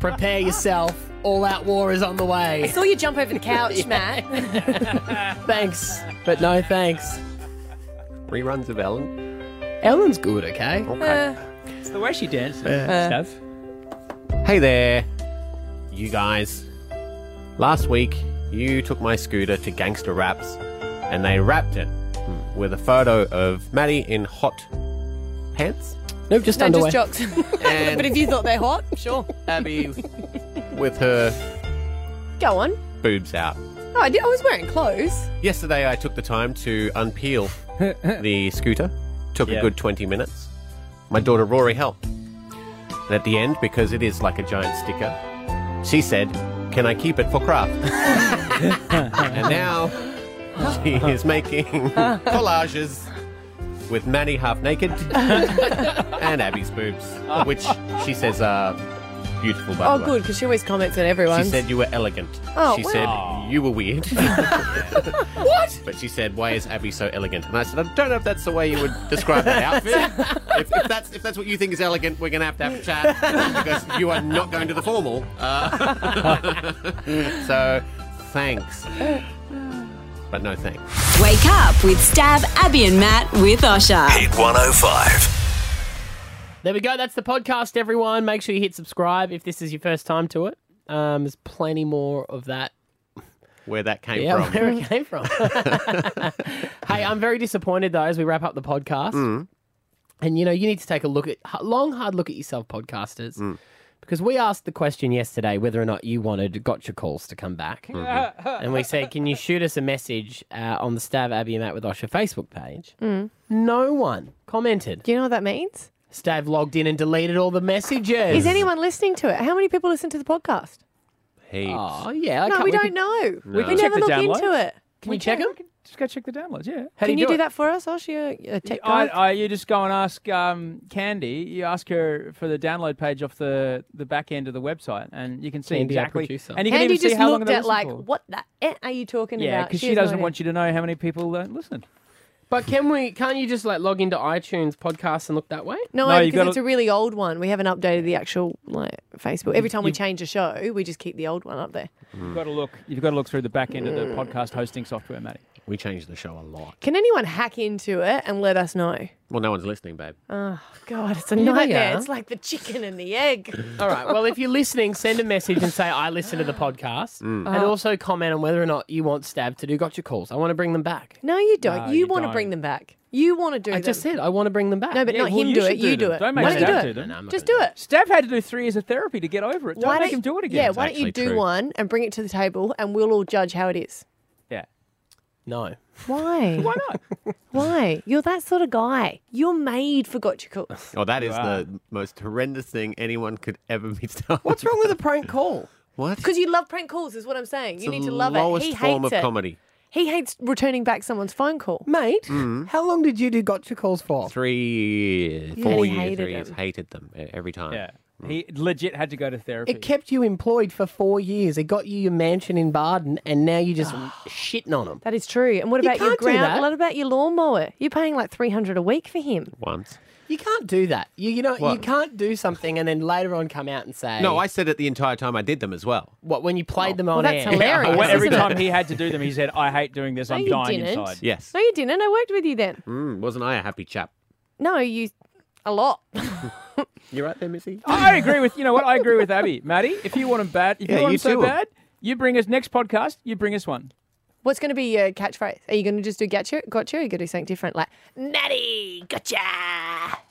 Speaker 2: Prepare yourself. All out war is on the
Speaker 5: I
Speaker 2: way.
Speaker 5: saw you jump over the couch, Matt.
Speaker 2: Thanks, but no thanks.
Speaker 8: Reruns of Ellen.
Speaker 2: Ellen's good, okay?
Speaker 5: Uh,
Speaker 3: It's the way she dances.
Speaker 8: Yeah.
Speaker 3: Steph.
Speaker 8: Hey there, you guys. Last week, you took my scooter to Gangster Raps and they wrapped it hmm, with a photo of Maddie in hot pants.
Speaker 2: No, just
Speaker 5: no,
Speaker 2: underwear.
Speaker 5: just jocks.
Speaker 8: And-
Speaker 5: but if you thought they're hot, sure.
Speaker 8: Abby. with her
Speaker 5: Go on.
Speaker 8: boobs out.
Speaker 5: Oh, I, did, I was wearing clothes.
Speaker 8: Yesterday, I took the time to unpeel the scooter. Took a good 20 minutes. My daughter Rory helped. And at the end, because it is like a giant sticker, she said, Can I keep it for craft? and now she is making collages with Manny half naked and Abby's boobs, which she says are beautiful, by
Speaker 5: oh,
Speaker 8: the way.
Speaker 5: good, because she always comments on everyone.
Speaker 8: She said you were elegant.
Speaker 5: Oh,
Speaker 8: she
Speaker 5: wow.
Speaker 8: said you were weird.
Speaker 5: what?
Speaker 8: But she said, "Why is Abby so elegant?" And I said, "I don't know if that's the way you would describe that outfit. if, if that's if that's what you think is elegant, we're going to have to have a chat because you are not going to the formal." Uh, so, thanks, but no thanks.
Speaker 6: Wake up with Stab, Abby and Matt with Osha.
Speaker 7: Hit 105.
Speaker 2: There we go. That's the podcast, everyone. Make sure you hit subscribe if this is your first time to it. Um, there's plenty more of that.
Speaker 8: Where that came
Speaker 2: yeah,
Speaker 8: from?
Speaker 2: where it came from. hey, I'm very disappointed though as we wrap up the podcast.
Speaker 8: Mm.
Speaker 2: And you know, you need to take a look at h- long, hard look at yourself, podcasters, because we asked the question yesterday whether or not you wanted gotcha calls to come back, and we said, can you shoot us a message uh, on the Stab Abby and Matt with Osha Facebook page?
Speaker 5: Mm.
Speaker 2: No one commented. Do
Speaker 5: you know what that means?
Speaker 2: Stav logged in and deleted all the messages.
Speaker 5: Is anyone listening to it? How many people listen to the podcast?
Speaker 8: Heaps.
Speaker 2: Oh yeah. I
Speaker 5: no,
Speaker 2: can't-
Speaker 5: we
Speaker 2: can-
Speaker 5: don't know.
Speaker 2: No.
Speaker 5: We,
Speaker 2: We can check
Speaker 5: never
Speaker 2: the
Speaker 5: look
Speaker 2: downloads.
Speaker 5: into it.
Speaker 2: Can you check them?
Speaker 3: Just go check the downloads. Yeah.
Speaker 5: Can you do, that for us, Osh? You're a tech
Speaker 3: I, uh,
Speaker 5: guy.
Speaker 3: I, you just go and ask um, Candy. You ask her for the download page off the, the back end of the website, and you can see
Speaker 2: Candy, our
Speaker 3: exactly.
Speaker 2: producer.
Speaker 3: And you can
Speaker 5: Andy
Speaker 3: even see
Speaker 5: just
Speaker 3: how long
Speaker 5: looked
Speaker 3: they
Speaker 5: at
Speaker 3: listen
Speaker 5: like,
Speaker 3: for.
Speaker 5: what the eh are you talking
Speaker 3: Yeah,
Speaker 5: about?
Speaker 3: because she,
Speaker 5: has no
Speaker 3: doesn't
Speaker 5: idea.
Speaker 3: want you to know how many people don't listen.
Speaker 2: But can we? Can't you just like log into iTunes podcasts and look that way?
Speaker 5: No, because it's a really old one. We haven't updated the actual like Facebook. Every time we change a show, we just keep the old one up there.
Speaker 8: Hmm.
Speaker 3: You've got to look. You've got to look through the back end of the podcast hosting software, Matty.
Speaker 8: We changed the show a lot.
Speaker 5: Can anyone hack into it and let us know?
Speaker 8: Well, no one's listening, babe.
Speaker 5: Oh God, it's a
Speaker 2: Yeah, they
Speaker 5: nightmare.
Speaker 2: are.
Speaker 5: It's like the chicken and the egg.
Speaker 2: All right. Well, if you're listening, send a message and say I listen to the podcast,
Speaker 5: Mm.
Speaker 2: and
Speaker 5: Oh.
Speaker 2: also comment on whether or not you want Stab to do gotcha calls. I want to bring them back.
Speaker 5: No, you
Speaker 2: No,
Speaker 5: don't. you,
Speaker 2: you
Speaker 5: want to
Speaker 2: don't.
Speaker 5: bring them back. You want to do
Speaker 2: I
Speaker 5: them.
Speaker 2: just said I want to bring them back.
Speaker 5: No, but not him do it. You do it.
Speaker 3: Don't make
Speaker 5: why don't
Speaker 3: Stav
Speaker 5: you
Speaker 3: do
Speaker 5: do it?
Speaker 3: them.
Speaker 5: Just do it.
Speaker 3: Stav had to do three years of therapy to get over it. Don't make him do it again.
Speaker 5: Yeah, why don't you do one and bring it to the table and we'll all judge how it is?
Speaker 2: No.
Speaker 5: Why? why
Speaker 3: not?
Speaker 5: Why? You're that sort of guy. You're made for gotcha calls.
Speaker 8: Oh, that is the most horrendous thing anyone could ever be done.
Speaker 2: What's wrong with a prank call?
Speaker 8: What?
Speaker 5: Because you love prank calls, is what I'm saying. you
Speaker 8: It's
Speaker 5: need
Speaker 8: the
Speaker 5: to love it.
Speaker 8: lowest
Speaker 5: He
Speaker 8: form
Speaker 5: hates
Speaker 8: of
Speaker 5: it.
Speaker 8: comedy.
Speaker 5: He hates returning back someone's phone call.
Speaker 2: Mate,
Speaker 8: Mm.
Speaker 2: how long did you do gotcha calls for?
Speaker 8: Three years,
Speaker 2: Yeah,
Speaker 8: four
Speaker 2: he
Speaker 8: years,
Speaker 2: hated
Speaker 8: three years.
Speaker 2: them.
Speaker 8: Hated them e- every time.
Speaker 3: Yeah. He legit had to go to therapy.
Speaker 2: It kept you employed for four years. It got you your mansion in Baden, and now you're just shitting on them.
Speaker 5: That is true. And what
Speaker 2: You
Speaker 5: about your
Speaker 2: can't do
Speaker 5: ground?
Speaker 2: that.
Speaker 5: What about your lawnmower? You're paying like 300 a week for him.
Speaker 8: Once.
Speaker 2: You can't do that. You you know you
Speaker 8: What?
Speaker 2: can't do something and then later on come out and say
Speaker 8: No, I said it the entire time I did them as well.
Speaker 2: what when you played them on air.
Speaker 3: Oh, Yeah, every time he had to do them, he said, "I hate doing this.
Speaker 5: No,
Speaker 3: I'm
Speaker 5: you
Speaker 3: dying
Speaker 5: didn't.
Speaker 3: inside."
Speaker 8: Yes.
Speaker 5: No, you didn't. I worked with you then.
Speaker 8: Mm, wasn't I a happy chap?
Speaker 5: No, you a lot.
Speaker 8: You're right there, Missy.
Speaker 3: I agree with you know what I agree with Abby, Maddie. If you want them bad, if
Speaker 8: Yeah,
Speaker 3: you want
Speaker 8: you
Speaker 3: them so
Speaker 8: do 'em.
Speaker 3: bad, you bring us next podcast. You bring us one.
Speaker 5: What's going to be your catchphrase? Are you going to just do gotcha? Gotcha? Or are you going to do something different? Like, Maddie, gotcha. Ah.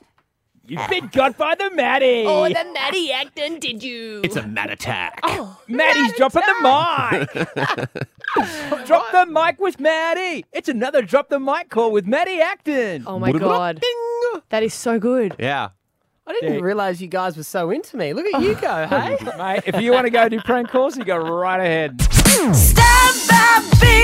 Speaker 3: You've been got by the Maddie.
Speaker 5: Or the Maddie Acton did you.
Speaker 8: It's a mad attack.
Speaker 5: Oh,
Speaker 3: Maddie's dropping the mic. drop the mic with Maddie. It's another drop the mic call with Maddie Acton.
Speaker 5: Oh my god. That is so good.
Speaker 8: yeah.
Speaker 2: I didn't
Speaker 3: Yeah.
Speaker 2: realise you guys were so into me. Look at you go, hey?
Speaker 3: Mate, if you want to go do prank calls, you go right ahead.
Speaker 6: Stab, Abby